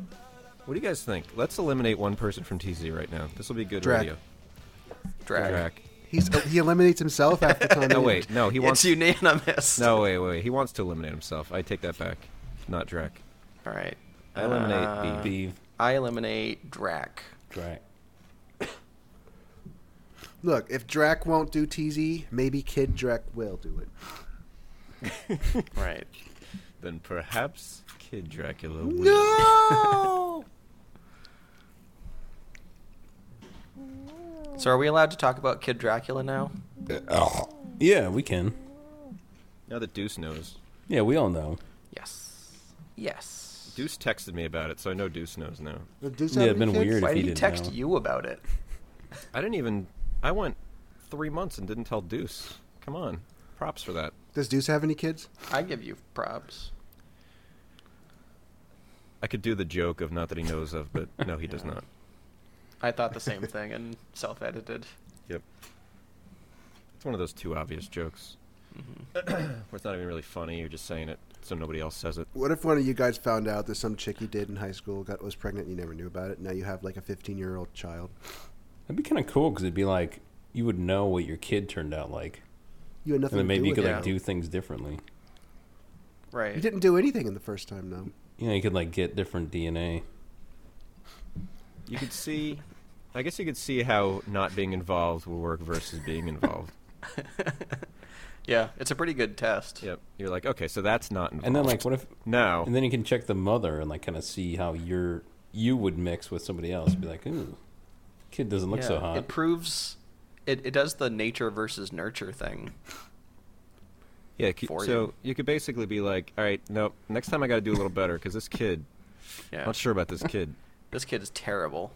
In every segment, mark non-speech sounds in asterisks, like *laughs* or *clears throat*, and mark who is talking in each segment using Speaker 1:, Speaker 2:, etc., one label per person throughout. Speaker 1: What do you guys think? Let's eliminate one person from TZ right now. This will be good
Speaker 2: Drac.
Speaker 1: radio.
Speaker 3: Drag.
Speaker 1: Drac.
Speaker 2: He's uh, he eliminates himself half
Speaker 4: *laughs*
Speaker 2: the time. *laughs*
Speaker 1: No, wait. No, he wants.
Speaker 3: It's unanimous.
Speaker 1: No, wait, wait. He wants to eliminate himself. I take that back. Not Drac.
Speaker 3: All right.
Speaker 1: I eliminate
Speaker 3: Uh,
Speaker 1: B.
Speaker 4: Beeve,
Speaker 3: I eliminate Drac.
Speaker 4: Drac.
Speaker 2: Look, if Drac won't do TZ, maybe Kid Drac will do it.
Speaker 3: Right.
Speaker 1: Then perhaps Kid Dracula. will.
Speaker 2: No.
Speaker 3: So are we allowed to talk about Kid Dracula now?
Speaker 4: Yeah, we can.
Speaker 1: Now that Deuce knows.
Speaker 4: Yeah, we all know.
Speaker 3: Yes. Yes.
Speaker 1: Deuce texted me about it, so I know Deuce knows now.
Speaker 4: Yeah, it'd been weird.
Speaker 3: Why
Speaker 4: if he
Speaker 3: did he
Speaker 4: didn't
Speaker 3: text
Speaker 4: know.
Speaker 3: you about it?
Speaker 1: I didn't even. I went three months and didn't tell Deuce. Come on. Props for that.
Speaker 2: Does Deuce have any kids?
Speaker 3: I give you props.
Speaker 1: I could do the joke of not that he knows of, but no, he does not.
Speaker 3: I thought the same thing and self-edited.
Speaker 1: Yep. It's one of those too obvious jokes.
Speaker 4: Mm-hmm.
Speaker 1: *clears throat* where it's not even really funny. You're just saying it so nobody else says it.
Speaker 2: What if one of you guys found out that some chick you did in high school got was pregnant and you never knew about it? Now you have like a 15 year old child.
Speaker 4: That'd be kind of cool because it'd be like you would know what your kid turned out like,
Speaker 2: You had nothing.
Speaker 4: and then
Speaker 2: to
Speaker 4: maybe
Speaker 2: do
Speaker 4: you could
Speaker 2: with
Speaker 4: like
Speaker 2: it.
Speaker 4: do things differently.
Speaker 3: Right.
Speaker 2: You didn't do anything in the first time, though.
Speaker 4: You know, you could like get different DNA.
Speaker 1: You could see. I guess you could see how not being involved will work versus being
Speaker 4: *laughs*
Speaker 1: involved.
Speaker 3: Yeah, it's a pretty good test.
Speaker 1: Yep. You're like, okay, so that's not involved.
Speaker 4: And then like, what if?
Speaker 1: now,
Speaker 4: And then you can check the mother and like kind of see how your you would mix with somebody else. Be like, ooh, kid doesn't look so
Speaker 3: Yeah,
Speaker 4: hot.
Speaker 3: It proves it, it does the nature versus nurture thing.
Speaker 1: yeah. c-
Speaker 3: for
Speaker 1: so
Speaker 3: you.
Speaker 1: you could basically be like, all right, no, next time I got to do a little better because this kid,
Speaker 3: Yeah.
Speaker 1: not sure about this kid.
Speaker 3: This kid is terrible.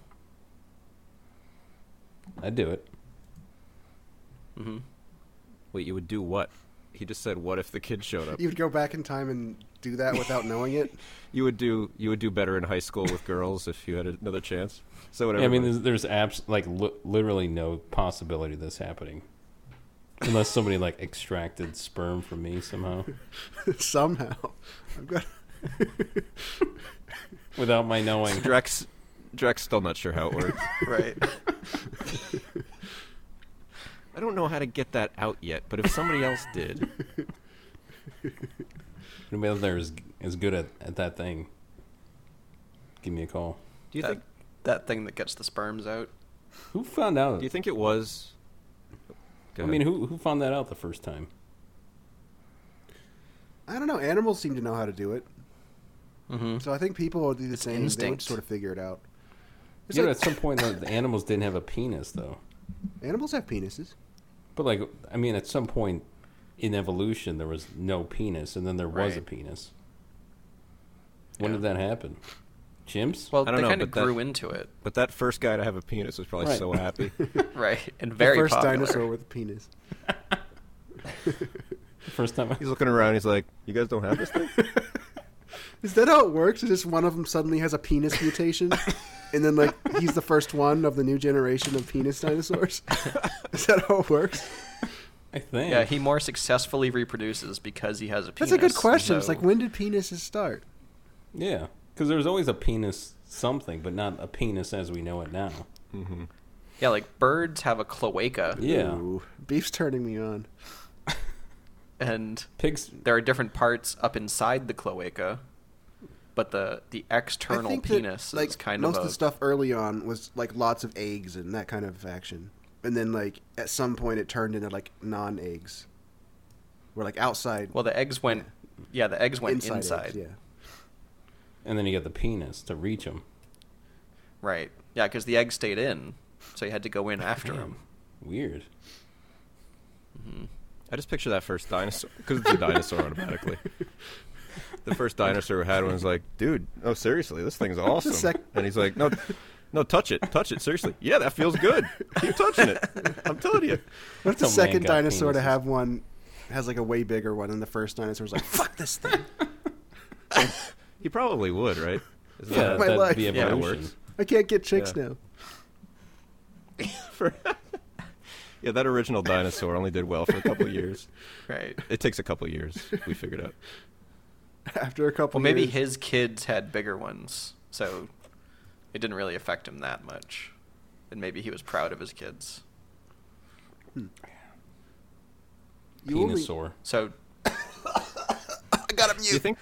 Speaker 4: I'd do it.
Speaker 3: hmm
Speaker 1: Wait, you would do what? He just said, what if the kid showed up?
Speaker 2: You would go back in time and do that without knowing
Speaker 4: *laughs*
Speaker 2: it. *laughs*
Speaker 1: You would do you would do better in high school with girls if you had another chance. So whatever.
Speaker 4: Yeah, I mean, there's, there's abs- like li- literally no possibility of this happening, unless somebody like extracted sperm from me somehow
Speaker 2: Somehow, I'm gonna.
Speaker 4: without my
Speaker 1: *laughs*
Speaker 4: knowing.
Speaker 1: Drex Drex still not sure how it works.
Speaker 3: *laughs* Right.
Speaker 1: *laughs* I don't know how to get that out yet, but if somebody else did,
Speaker 4: Anybody out there is is good at, at that thing. Give me a call.
Speaker 1: do you
Speaker 3: that,
Speaker 1: think
Speaker 3: that thing that gets the sperms out?
Speaker 4: Who found out?
Speaker 1: do you think it was? Go
Speaker 4: I
Speaker 1: ahead.
Speaker 4: mean, who who found that out the first time?
Speaker 2: I don't know. Animals seem to know how to do it,
Speaker 3: Mm-hmm.
Speaker 2: so I think people will do the same. They would
Speaker 3: instinct.
Speaker 2: sort of figure it out. It's
Speaker 4: Yeah, but
Speaker 2: like-
Speaker 4: at some point, the, the animals didn't have a penis, though.
Speaker 2: Animals have penises.
Speaker 4: But like, I mean, at some point in evolution, there was no penis, and then there was a
Speaker 3: Right.
Speaker 4: penis. When
Speaker 3: Yeah.
Speaker 4: did that happen? Chimps?
Speaker 3: Well,
Speaker 1: I don't
Speaker 3: they
Speaker 1: know,
Speaker 3: kind of
Speaker 1: but that-
Speaker 3: grew into it,
Speaker 1: But that first guy to have a penis was probably
Speaker 4: Right.
Speaker 1: so
Speaker 2: *laughs*
Speaker 4: *laughs*
Speaker 1: happy.
Speaker 3: right? And very
Speaker 2: the first
Speaker 3: popular.
Speaker 2: dinosaur with a penis.
Speaker 4: the first time. I-
Speaker 1: he's looking around. He's like, "You guys don't have this thing."
Speaker 2: Is that how it works? Is just one of them suddenly has a penis
Speaker 3: *laughs*
Speaker 2: mutation, and then like he's the first one of the new generation of penis
Speaker 3: *laughs*
Speaker 2: dinosaurs? Is that how it works?
Speaker 4: I think.
Speaker 3: Yeah, he more successfully reproduces because he has a penis.
Speaker 2: That's a good question. It's
Speaker 3: so-
Speaker 2: like when did penises start?
Speaker 4: Yeah, because there's always a penis something, but not a penis as we know it now.
Speaker 3: yeah, like birds have a cloaca,
Speaker 4: Yeah,
Speaker 2: Ooh, beef's turning me on.
Speaker 3: and
Speaker 4: pigs.
Speaker 3: there are different parts up inside the cloaca, but the the external penis
Speaker 2: that, like
Speaker 3: is kind
Speaker 2: most
Speaker 3: of,
Speaker 2: of
Speaker 3: a,
Speaker 2: the stuff early on was like lots of eggs and that kind of action, and then like at some point it turned into like non eggs, or like outside
Speaker 3: Well, the eggs went. Yeah, the eggs went inside.
Speaker 2: inside, eggs, yeah.
Speaker 4: And then you got the penis to reach them.
Speaker 3: Right. Yeah, because the egg stayed in, so you had to go in after him.
Speaker 4: Weird.
Speaker 1: I just picture that first dinosaur because it's a dinosaur
Speaker 2: *laughs*
Speaker 1: automatically. The first dinosaur we had one was like, "Dude, no, seriously, this
Speaker 2: *laughs*
Speaker 1: thing's awesome."
Speaker 2: sec-
Speaker 1: and he's like, "No, no, touch it, touch it, seriously. Yeah, that feels good. Keep touching it. I'm telling you."
Speaker 2: What if the
Speaker 4: Some
Speaker 2: second
Speaker 4: man got
Speaker 2: dinosaur to
Speaker 4: penises.
Speaker 2: have one has like a way bigger one, and the first dinosaur's like, "Fuck this thing!
Speaker 1: He probably would, right? Isn't
Speaker 4: Yeah,
Speaker 2: my
Speaker 4: that'd
Speaker 2: life.
Speaker 4: be
Speaker 1: Yeah, it
Speaker 4: evolution.
Speaker 1: works.
Speaker 2: I can't get chicks
Speaker 1: Yeah.
Speaker 2: now." *laughs*
Speaker 1: yeah, that original dinosaur only did well for a couple of years.
Speaker 3: Right.
Speaker 1: It takes a couple of years. We figured out.
Speaker 2: After a couple,
Speaker 3: Well, maybe
Speaker 2: years,
Speaker 3: his kids had bigger ones, so it didn't really affect him that much. And maybe he was proud of his kids.
Speaker 2: You only-
Speaker 4: Penisaur.
Speaker 3: So
Speaker 2: I got a
Speaker 1: Do you think?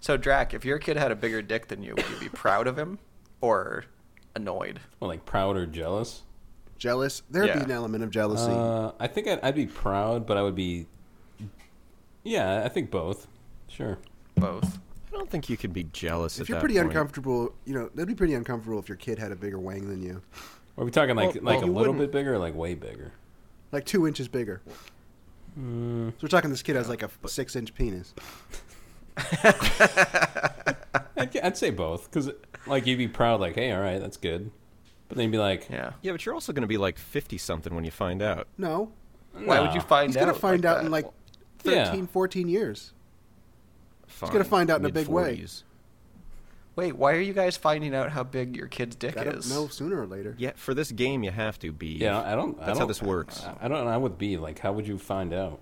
Speaker 3: so Drac, if your kid had a bigger dick than you, would
Speaker 2: *coughs*
Speaker 3: you be proud of him or annoyed?
Speaker 4: Well, like proud or jealous?
Speaker 2: Jealous? There'd be
Speaker 3: Yeah.
Speaker 2: an element of jealousy.
Speaker 4: Uh, I think I'd, I'd be proud, but I would be. Yeah, I think both. Sure.
Speaker 3: Both.
Speaker 1: I don't think you could be jealous.
Speaker 2: if
Speaker 1: at
Speaker 2: you're
Speaker 1: that
Speaker 2: pretty
Speaker 1: point.
Speaker 2: uncomfortable, you know that'd be pretty uncomfortable if your kid had a bigger wang than you,
Speaker 4: Are we talking like
Speaker 1: Well,
Speaker 4: like
Speaker 1: well,
Speaker 4: a
Speaker 1: you
Speaker 4: little
Speaker 1: wouldn't-
Speaker 4: bit bigger, or like way bigger?
Speaker 2: like two inches bigger. So we're talking this kid has like a six-inch penis.
Speaker 4: I'd, I'd say both, because like you'd be proud, like, hey, all right, that's good. But then you'd be like,
Speaker 3: Yeah.
Speaker 1: Yeah, but you're also going to be like fifty something when you find out.
Speaker 2: No,
Speaker 3: Why would you
Speaker 4: Nah.
Speaker 3: find
Speaker 2: he's
Speaker 3: out?
Speaker 2: gonna find out
Speaker 3: that?
Speaker 2: in like
Speaker 4: Yeah.
Speaker 2: 13, 14 years.
Speaker 1: Fine.
Speaker 2: gonna find out in a big way.
Speaker 1: Mid-forties.
Speaker 3: Wait, why are you guys finding out how big your kid's dick
Speaker 2: Gotta
Speaker 3: is?
Speaker 2: know sooner or later.
Speaker 1: Yeah, for this game you have to be.
Speaker 4: yeah, I don't. I
Speaker 1: That's how
Speaker 4: don't-
Speaker 1: this works.
Speaker 4: I, I don't. I would be like, how would you find out?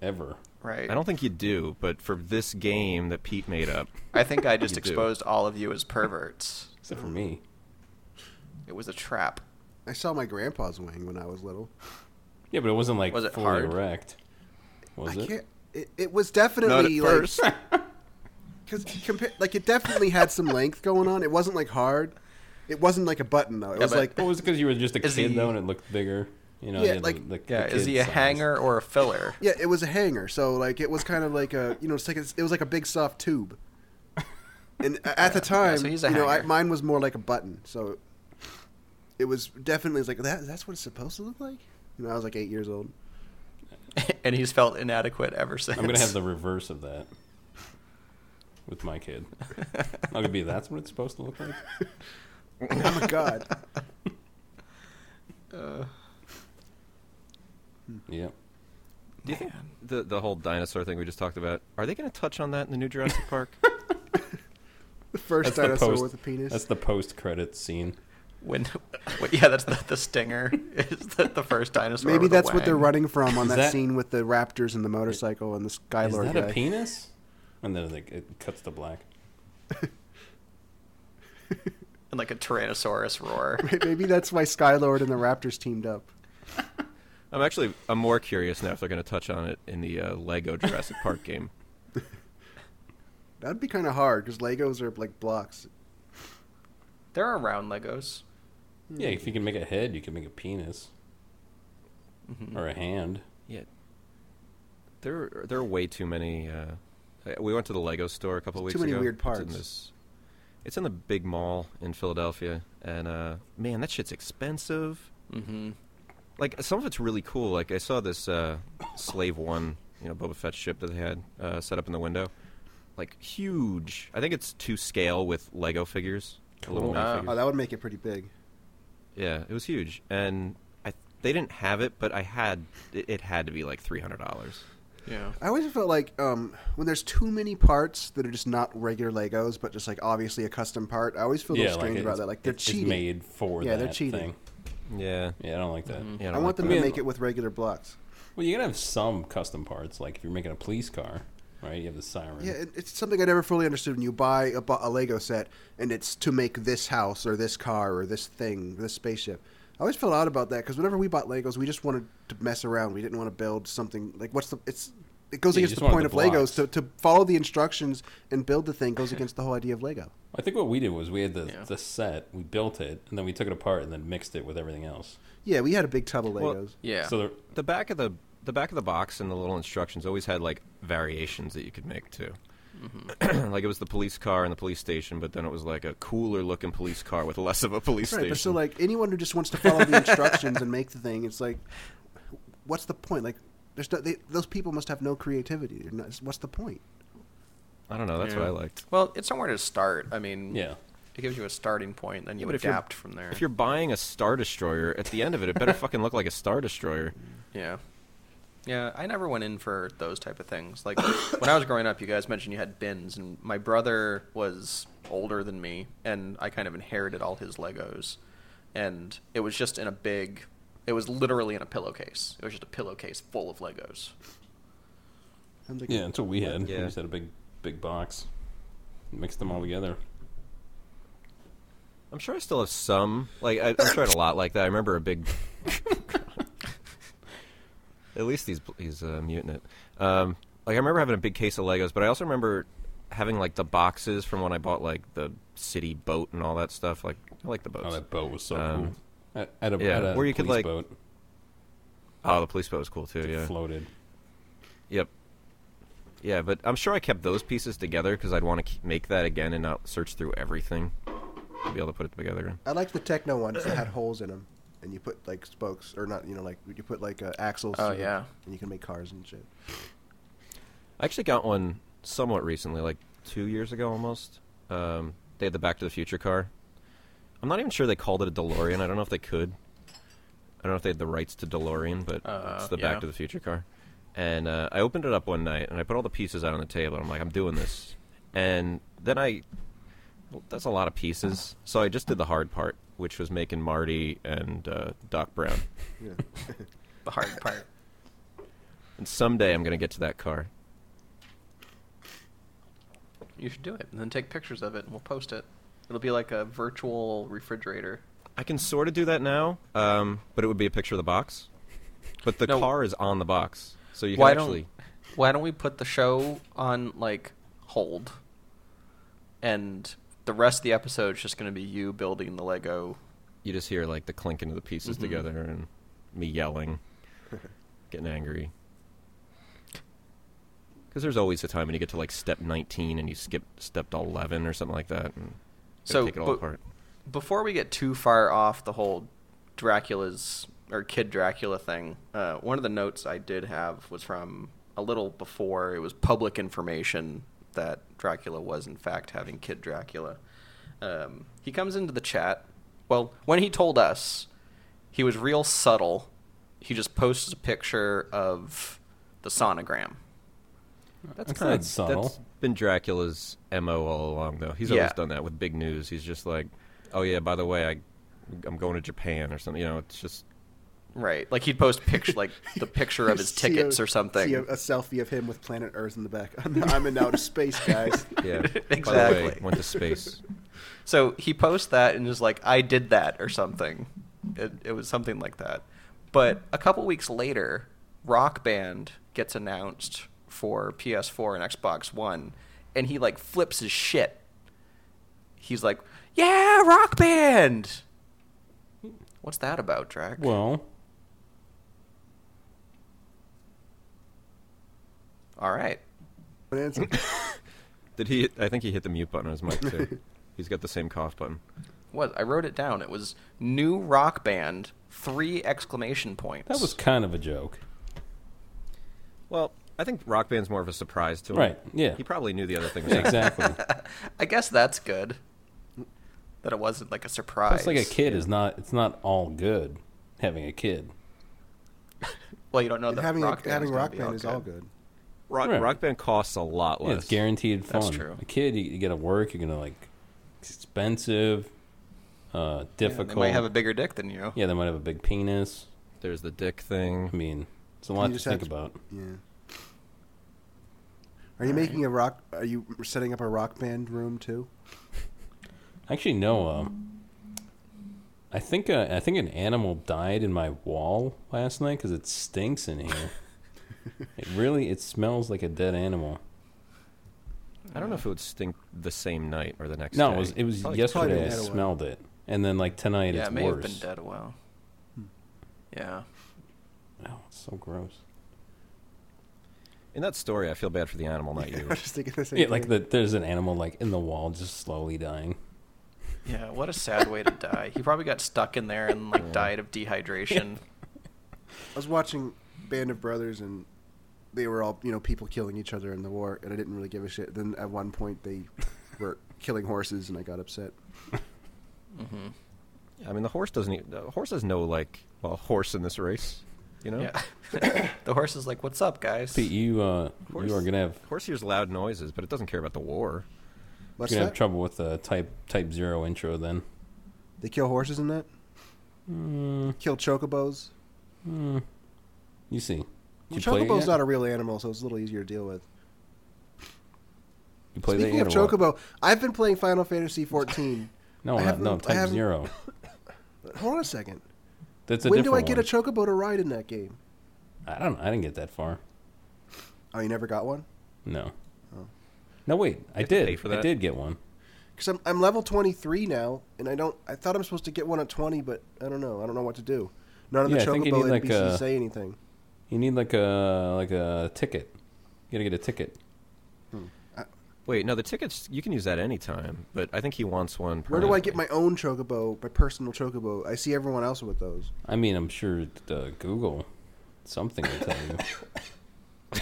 Speaker 4: Ever?
Speaker 3: Right.
Speaker 1: I don't think you do, but for this game that Pete made up,
Speaker 3: I think I just
Speaker 1: You do.
Speaker 3: exposed all of you as perverts.
Speaker 4: Except for me.
Speaker 3: It was a trap.
Speaker 2: I saw my grandpa's wang when I was little.
Speaker 4: Yeah, but it wasn't like
Speaker 3: Was it
Speaker 4: fully
Speaker 3: hard?
Speaker 4: erect. Was
Speaker 2: I
Speaker 4: it?
Speaker 2: can't. It, it was
Speaker 1: not at
Speaker 2: definitely like
Speaker 1: first.
Speaker 2: because compare like it definitely had some length going on. It wasn't like hard. It wasn't like a button though. It was
Speaker 3: but-
Speaker 2: like oh,
Speaker 4: Well, was it because you were just a
Speaker 3: Is
Speaker 4: kid
Speaker 3: he-
Speaker 4: though, and it looked bigger? You know,
Speaker 2: Yeah,
Speaker 4: you had the-
Speaker 2: like-
Speaker 4: the- the
Speaker 3: Yeah, is
Speaker 4: kid
Speaker 3: he a
Speaker 4: size.
Speaker 3: hanger or a filler? *laughs*
Speaker 2: yeah, it was a hanger. So like it was kind of like a you know it's like a, it was like a big soft tube. And a- at the time,
Speaker 3: so he's a
Speaker 2: you know, I,
Speaker 3: hanger.
Speaker 2: mine was more like a button. So it was definitely like that. That's what it's supposed to look like. You know, I was like eight years old.
Speaker 3: and he's felt inadequate ever since.
Speaker 4: I'm gonna have the reverse of that with
Speaker 2: *laughs*
Speaker 4: my kid. I'm gonna be. That's what it's supposed to look like.
Speaker 2: Oh my god. *laughs*
Speaker 4: Yep.
Speaker 1: Do you think the the whole dinosaur thing we just talked about? Are they going to touch on that in the new Jurassic
Speaker 4: *laughs*
Speaker 1: Park?
Speaker 2: The first
Speaker 4: That's the
Speaker 2: dinosaur
Speaker 4: post.
Speaker 2: with a penis.
Speaker 4: That's the post-credit scene.
Speaker 3: When, wait, yeah, that's the, the stinger. Is the, the first dinosaur?
Speaker 2: Maybe
Speaker 3: with a
Speaker 2: that's what
Speaker 3: wang.
Speaker 2: they're running from on
Speaker 4: Is
Speaker 2: that,
Speaker 4: that-
Speaker 2: scene with the raptors and the motorcycle and the
Speaker 4: Is
Speaker 2: Skylord
Speaker 4: that
Speaker 2: guy. *laughs*
Speaker 4: a penis? And then like, it cuts to black.
Speaker 3: And like a tyrannosaurus roar.
Speaker 2: *laughs* Maybe that's why Skylord and the Raptors teamed up.
Speaker 1: I'm actually I'm more curious now if they're going to touch on it in the uh, Lego Jurassic Park game.
Speaker 2: That'd be kind of hard because Legos are like blocks.
Speaker 3: There are round Legos.
Speaker 4: Yeah, if you can make a head, you can make a penis
Speaker 2: Mm-hmm.
Speaker 4: or a hand.
Speaker 1: Yeah, there there are way too many. Uh, we went to the Lego store a couple
Speaker 2: Too
Speaker 1: weeks
Speaker 2: many
Speaker 1: ago.
Speaker 2: weird
Speaker 1: It's in
Speaker 2: parts.
Speaker 1: this- It's in the big mall in Philadelphia, and uh, man, that shit's expensive.
Speaker 3: Mm-hmm.
Speaker 1: Like some of it's really cool. Like I saw this uh, Slave One, you know, Boba Fett ship that they had uh, set up in the window, like huge. I think it's to scale with Lego figures. minifigures.
Speaker 4: Cool.
Speaker 3: Wow.
Speaker 2: Oh, that would make it pretty big.
Speaker 1: Yeah, it was huge, and I they didn't have it, but I had it, it had to be like three hundred dollars.
Speaker 3: Yeah.
Speaker 2: I always felt like um, when there's too many parts that are just not regular Legos, but just like obviously a custom part. I always feel a
Speaker 4: yeah,
Speaker 2: little strange
Speaker 4: it's-
Speaker 2: about that. Like they're
Speaker 4: it's
Speaker 2: cheating.
Speaker 4: made for
Speaker 2: Yeah,
Speaker 4: that
Speaker 2: they're cheating. Mm-hmm.
Speaker 4: thing.
Speaker 1: Yeah,
Speaker 4: Yeah, I don't like that.
Speaker 1: yeah.
Speaker 2: I,
Speaker 1: don't like
Speaker 2: want them
Speaker 1: that.
Speaker 2: to
Speaker 4: that.
Speaker 2: make it with regular blocks.
Speaker 4: Well, you gotta have some custom parts. Like if you're making a police car, right? You have the siren.
Speaker 2: Yeah, it, it's something I never fully understood. When you buy a, bu- a Lego set and it's to make this house or this car or this thing, this spaceship. I always felt odd about that because whenever we bought Legos, we just wanted to mess around. We didn't want to build something like what's the it's it goes
Speaker 4: Yeah, you
Speaker 2: against
Speaker 4: just
Speaker 2: the
Speaker 4: wanted
Speaker 2: point of
Speaker 4: the blocks.
Speaker 2: Legos to, to follow the instructions and build the thing goes against the whole idea of Lego.
Speaker 4: I think what we did was we had the,
Speaker 3: Yeah.
Speaker 4: the set, we built it, and then we took it apart and then mixed it with everything else.
Speaker 2: Yeah, we had a big tub of Legos.
Speaker 1: Well,
Speaker 3: Yeah.
Speaker 4: So there,
Speaker 1: the back of the the back of the box and the little instructions always had like variations that you could make too. *clears throat* like it was the police car and the police station, but then it was like a cooler looking police car with less of a police
Speaker 2: right,
Speaker 1: station.
Speaker 2: but so like anyone who just wants to follow the instructions and make the thing, it's like, what's the point? Like, there's no, they, those people must have no creativity. They're not- What's the point?
Speaker 1: I don't know. That's
Speaker 3: Yeah.
Speaker 1: what I liked.
Speaker 3: Well, it's somewhere to start. I mean,
Speaker 4: yeah.
Speaker 3: it gives you a starting point, then you
Speaker 1: but if you're-
Speaker 3: adapt from there.
Speaker 1: If you're buying a star destroyer, at the end of it, it better fucking look like a star destroyer.
Speaker 3: Yeah. Yeah, I never went in for those type of things. Like *coughs* when I was growing up, you guys mentioned you had bins and my brother was older than me and I kind of inherited all his Legos. And it was just in a big it was literally in a pillowcase. It was just a pillowcase full of Legos.
Speaker 2: I'm thinking,
Speaker 4: Yeah, that's what we had.
Speaker 1: Yeah.
Speaker 4: We just had a big, big box. mix them all together.
Speaker 1: I'm sure I still have some. Like I, I've tried a lot like that. I remember a big. *laughs* At least he's he's uh, muting it. Um, like I remember having a big case of Legos, but I also remember having like the boxes from when I bought like the city boat and all that stuff. Like I like the boats.
Speaker 4: Oh,
Speaker 1: Oh,
Speaker 4: that boat was so
Speaker 1: Um,
Speaker 4: cool. At, at a,
Speaker 1: yeah,
Speaker 4: at a
Speaker 1: or you could,
Speaker 4: police
Speaker 1: like,
Speaker 4: boat
Speaker 1: Oh, the police boat was cool too.
Speaker 4: that
Speaker 1: Yeah.
Speaker 4: floated.
Speaker 1: Yep. Yeah, but I'm sure I kept those pieces together because I'd want to ke- make that again and not search through everything to be able to put it together again.
Speaker 2: I liked the techno ones that had holes in them, and you put like spokes or not, you know, like you put like uh, axles.
Speaker 3: Oh,
Speaker 2: through,
Speaker 3: yeah.
Speaker 2: and you can make cars and shit.
Speaker 1: I actually got one somewhat recently, like two years ago almost. Um, they had the Back to the Future car. I'm not even sure they called it a DeLorean. I don't know if they could. I don't know if they had the rights to DeLorean, but
Speaker 3: Uh,
Speaker 1: it's the
Speaker 3: yeah.
Speaker 1: Back to the Future car. And uh, I opened it up one night and I put all the pieces out on the table. I'm like, I'm doing this. And then I. Well, that's a lot of pieces. So I just did the hard part, which was making Marty and uh, Doc Brown.
Speaker 2: Yeah.
Speaker 3: The hard part.
Speaker 1: And someday I'm going to get to that car.
Speaker 3: You should do it, and then take pictures of it, and we'll post it. It'll be like a virtual refrigerator.
Speaker 1: I can sort of do that now, um, but it would be a picture of the box. But the
Speaker 3: No.
Speaker 1: car is on the box, so you can
Speaker 3: Why
Speaker 1: actually.
Speaker 3: don't Why don't we put the show on like hold, and the rest of the episode's just going to be you building the Lego.
Speaker 1: You just hear like the clinking of the pieces
Speaker 3: Mhm.
Speaker 1: together and me *laughs* yelling, getting angry. Because there's always a time when you get to like step 19 and you skip step 11 or something like that, and you
Speaker 3: So,
Speaker 1: take it all
Speaker 3: but-
Speaker 1: apart.
Speaker 3: Before we get too far off the whole Dracula's or Kid Dracula thing, uh, one of the notes I did have was from a little before. It was public information that Dracula was in fact having Kid Dracula. Um, he comes into the chat. Well, when he told us, he was real subtle. He just posts a picture of the sonogram.
Speaker 1: That's,
Speaker 4: That's not
Speaker 1: kinda-
Speaker 4: subtle.
Speaker 1: That's been Dracula's mo all along, though. He's
Speaker 3: Yeah.
Speaker 1: always done that with big news. He's just like, "Oh yeah, by the way, I, I'm going to Japan or something." You know, it's just
Speaker 3: Right, like he'd post picture like the
Speaker 2: *laughs*
Speaker 3: picture of his
Speaker 2: See a-
Speaker 3: tickets or something.
Speaker 2: See a, a selfie of him with planet Earth in the back. *laughs* I'm in outer space,
Speaker 3: *laughs*
Speaker 2: guys.
Speaker 1: *laughs* Yeah, By the way,
Speaker 3: Exactly.
Speaker 1: went to space.
Speaker 3: So he posts that and is like, I did that or something. It, it was something like that. But a couple weeks later, Rock Band gets announced for PS4 and Xbox One, and he like flips his shit. He's like, Yeah, Rock Band! What's that about, Drac?
Speaker 4: Well,
Speaker 3: All right.
Speaker 2: But it's-
Speaker 1: *laughs* Did he? I think he hit the mute button on his mic
Speaker 4: *laughs*
Speaker 1: too. He's got the same cough button.
Speaker 3: What? I wrote it down. It was New Rock Band, three exclamation points.
Speaker 4: that was kind of a joke.
Speaker 1: Well, I think Rock Band's more of a surprise to him.
Speaker 4: Right, yeah.
Speaker 1: He probably knew the other thing was
Speaker 4: *laughs* Yeah,
Speaker 1: happening.
Speaker 4: exactly.
Speaker 3: I guess that's good. That it wasn't like a surprise.
Speaker 4: It's like a kid is not. It's not all good having a kid.
Speaker 3: Well, you don't know
Speaker 2: and
Speaker 3: that
Speaker 2: having rock
Speaker 3: rock band
Speaker 2: having
Speaker 3: is gonna
Speaker 2: rock
Speaker 3: be
Speaker 2: band is all good.
Speaker 1: Rock,
Speaker 4: Right.
Speaker 1: Rock Band costs a lot
Speaker 4: Yeah,
Speaker 1: less.
Speaker 4: it's guaranteed fun.
Speaker 3: That's true.
Speaker 4: A kid, you, you got to work. You're gonna like it's expensive, uh,
Speaker 3: Yeah,
Speaker 4: difficult.
Speaker 3: they might have a bigger dick than you.
Speaker 4: Yeah, they might have a big penis.
Speaker 1: There's the dick
Speaker 4: I
Speaker 1: thing.
Speaker 4: mean, it's a lot to
Speaker 2: just
Speaker 4: think
Speaker 2: have to-
Speaker 4: about.
Speaker 2: Yeah. Are you making a rock? Are you setting up a rock band room too?
Speaker 4: Actually, no. Um, I think uh, I think an animal died in my wall last night because it stinks
Speaker 2: *laughs*
Speaker 4: in here. it really it smells like a dead animal.
Speaker 1: I don't know if it would stink the same night or the next.
Speaker 4: No,
Speaker 1: day.
Speaker 4: it was it was
Speaker 1: Probably-
Speaker 2: probably
Speaker 4: yesterday. I
Speaker 2: been dead a while.
Speaker 4: smelled it, and then like tonight
Speaker 3: yeah,
Speaker 4: it's
Speaker 3: it may
Speaker 4: worse.
Speaker 3: have been dead a while.
Speaker 2: Hmm.
Speaker 3: Yeah,
Speaker 4: Oh, it's so gross.
Speaker 1: In that story, I feel bad for the animal, not you.
Speaker 4: *laughs*
Speaker 2: I'm *laughs* just thinking the same
Speaker 4: Yeah, like
Speaker 2: thing.
Speaker 4: the, there's an animal like in the wall just slowly dying.
Speaker 3: yeah. What a sad way to die. He probably got stuck in there and like died of
Speaker 4: *laughs*
Speaker 3: dehydration.
Speaker 2: I was watching Band of Brothers and they were all, you know, people killing each other in the war and I didn't really give a shit. Then at one point they were killing horses and I got upset.
Speaker 1: I mean, the horse doesn't. e the horse has no like. Well, horse in this race, you know.
Speaker 3: Yeah, *coughs* the horse is like, "What's up, guys?"
Speaker 4: Pete, you uh,
Speaker 1: course.
Speaker 4: you are gonna have
Speaker 1: *laughs* Horse hears loud noises, but it doesn't care about the war.
Speaker 2: What's
Speaker 4: you're gonna
Speaker 2: that?
Speaker 4: have trouble with the type type zero intro then.
Speaker 2: they kill horses in that?
Speaker 4: Mm,
Speaker 2: Kill chocobos?
Speaker 4: mm, you see. Did
Speaker 2: Well,
Speaker 4: you play it
Speaker 2: chocobo's
Speaker 4: yet?
Speaker 2: not a real animal, so it's a little easier to deal with.
Speaker 4: You play
Speaker 2: Speaking
Speaker 4: that
Speaker 2: of
Speaker 4: yet or what?
Speaker 2: Chocobo, I've been playing Final Fantasy 14.
Speaker 4: No,
Speaker 2: I
Speaker 4: not, no,
Speaker 2: haven't- I
Speaker 4: Type
Speaker 2: haven't- *laughs*
Speaker 4: Zero.
Speaker 2: Hold on a second.
Speaker 4: That's a
Speaker 2: when do I
Speaker 4: different
Speaker 2: get
Speaker 4: one.
Speaker 2: a Chocobo to ride in that game?
Speaker 4: I don't. I didn't get that far.
Speaker 2: Oh, you never got one?
Speaker 4: No.
Speaker 2: Oh.
Speaker 4: No wait, I
Speaker 1: have to pay
Speaker 4: did.
Speaker 1: for
Speaker 4: I
Speaker 1: that?
Speaker 4: did get one.
Speaker 2: Because I'm, I'm level 23 now, and I don't. I thought I'm supposed to get one at 20, but I don't know. I don't know what to do. None of
Speaker 4: Yeah, I
Speaker 2: the
Speaker 4: think you
Speaker 2: Chocobo
Speaker 4: need, like,
Speaker 2: NPCs
Speaker 4: a-
Speaker 2: say anything.
Speaker 4: You need like a like a ticket. You gotta get a ticket.
Speaker 1: Wait, no, the tickets you can use that any time, but I think he wants one.
Speaker 2: Where do I get
Speaker 1: permanently.
Speaker 2: my own Chocobo, my personal Chocobo? I see everyone else with those.
Speaker 4: I mean, I'm sure uh, Google something will tell
Speaker 2: *laughs*
Speaker 4: you.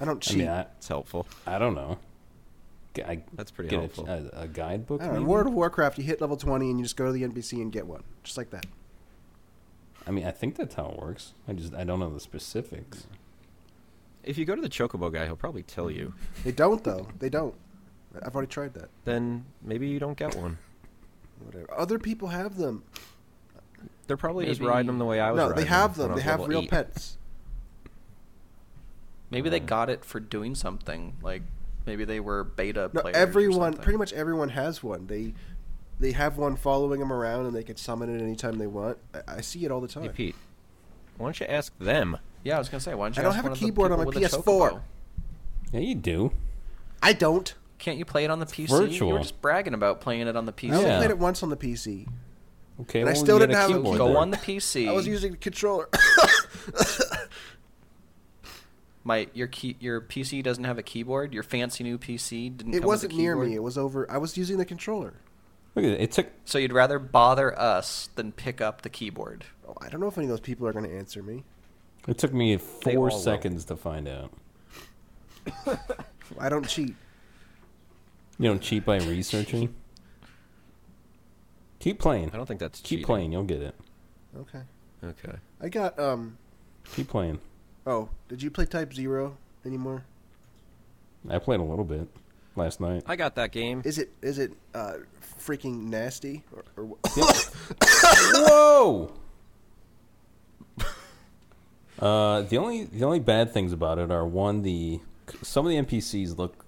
Speaker 2: I don't
Speaker 4: I
Speaker 2: cheat.
Speaker 4: mean, I,
Speaker 1: It's helpful.
Speaker 4: I don't know. G- I
Speaker 1: That's pretty
Speaker 4: get a-
Speaker 1: helpful.
Speaker 4: A, a guidebook.
Speaker 2: I don't know. In
Speaker 4: maybe?
Speaker 2: World of Warcraft, you hit level 20 and you just go to the NPC and get one. Just like that.
Speaker 4: I mean, I think that's how it works. I just I don't know the specifics.
Speaker 1: If you go to the Chocobo guy, he'll probably tell you.
Speaker 2: They don't, though. They don't. I've already tried that.
Speaker 1: Then maybe you don't get one.
Speaker 2: Whatever. Other people have them.
Speaker 1: They're probably just
Speaker 5: Maybe-
Speaker 1: riding them the way I was.
Speaker 2: No,
Speaker 1: riding
Speaker 2: they have
Speaker 1: when I
Speaker 2: them. They
Speaker 1: was
Speaker 2: have
Speaker 1: level
Speaker 2: real
Speaker 1: eight.
Speaker 2: pets.
Speaker 3: Maybe they got it for doing something. Like maybe they were beta
Speaker 2: No,
Speaker 3: players. or
Speaker 2: everyone,
Speaker 3: something.
Speaker 2: pretty much everyone has one. They they have one following them around, and they can summon it anytime they want. I, I see it all the time.
Speaker 1: Hey Pete, why don't you ask them?
Speaker 3: Yeah, I was gonna say. Why don't you
Speaker 2: I don't
Speaker 3: ask
Speaker 2: have a
Speaker 3: one of the
Speaker 2: keyboard on
Speaker 3: people
Speaker 2: my
Speaker 3: with a
Speaker 2: PS4.
Speaker 3: Chocobo?
Speaker 4: Yeah, you do.
Speaker 2: I don't.
Speaker 3: Can't you play it on the PC? You
Speaker 4: virtual.
Speaker 3: were just bragging about playing it on the PC.
Speaker 2: I only
Speaker 4: Yeah.
Speaker 2: played it once on the PC.
Speaker 4: Okay,
Speaker 2: And I
Speaker 4: well,
Speaker 2: still
Speaker 4: you got
Speaker 2: didn't have a
Speaker 4: keyboard
Speaker 3: Go
Speaker 4: there.
Speaker 3: on the PC.
Speaker 2: I was using the *coughs* controller.
Speaker 3: my your key your PC doesn't have a keyboard. Your fancy new PC didn't.
Speaker 2: it
Speaker 3: come
Speaker 2: wasn't
Speaker 3: with a
Speaker 2: near
Speaker 3: keyboard.
Speaker 2: me. It was over. I was using the controller.
Speaker 4: Look at it. It took.
Speaker 3: So you'd rather bother us than pick up the keyboard.
Speaker 2: Oh, I don't know if any of those people are going to answer me.
Speaker 4: It took me
Speaker 1: all
Speaker 4: four
Speaker 1: will.
Speaker 4: seconds to find out.
Speaker 2: I don't cheat.
Speaker 4: You don't cheat by researching. Keep playing.
Speaker 1: I don't think that's
Speaker 4: Keep
Speaker 1: cheating.
Speaker 4: playing. You'll get it.
Speaker 2: Okay.
Speaker 1: Okay.
Speaker 2: I got um.
Speaker 4: Keep playing.
Speaker 2: Oh, did you play Type Zero anymore?
Speaker 4: I played a little bit last night.
Speaker 1: I got that game.
Speaker 2: Is it is it uh freaking nasty or, or what? *coughs*
Speaker 4: Whoa. *laughs* Uh, the only the only bad things about it are one the some of the NPCs look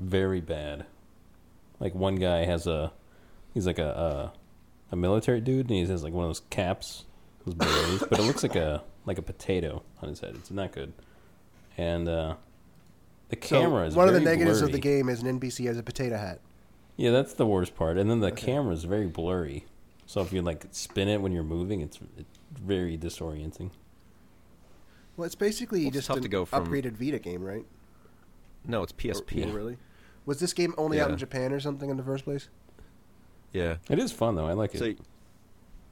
Speaker 4: very bad. Like one guy has a he's like a a, a military dude and he has like one of those caps, those berets, but it looks like a like a potato on his head. It's not good. And uh, the
Speaker 2: So,
Speaker 4: camera is
Speaker 2: one of the
Speaker 4: very
Speaker 2: negatives of
Speaker 4: blurry.
Speaker 2: the game is an NPC has a potato hat.
Speaker 4: Yeah, that's the worst part. And then the camera is very blurry. So if you like spin it when you're moving, it's, it's very disorienting.
Speaker 2: Well, it's basically
Speaker 1: Well, it's
Speaker 2: just
Speaker 1: tough
Speaker 2: an
Speaker 1: to go from-
Speaker 2: upgraded Vita game, right?
Speaker 1: No, it's PSP.
Speaker 2: Oh, really? Was this game only out
Speaker 1: Yeah.
Speaker 2: in Japan or something in the first place?
Speaker 1: Yeah.
Speaker 4: It is fun though. I like it.
Speaker 1: So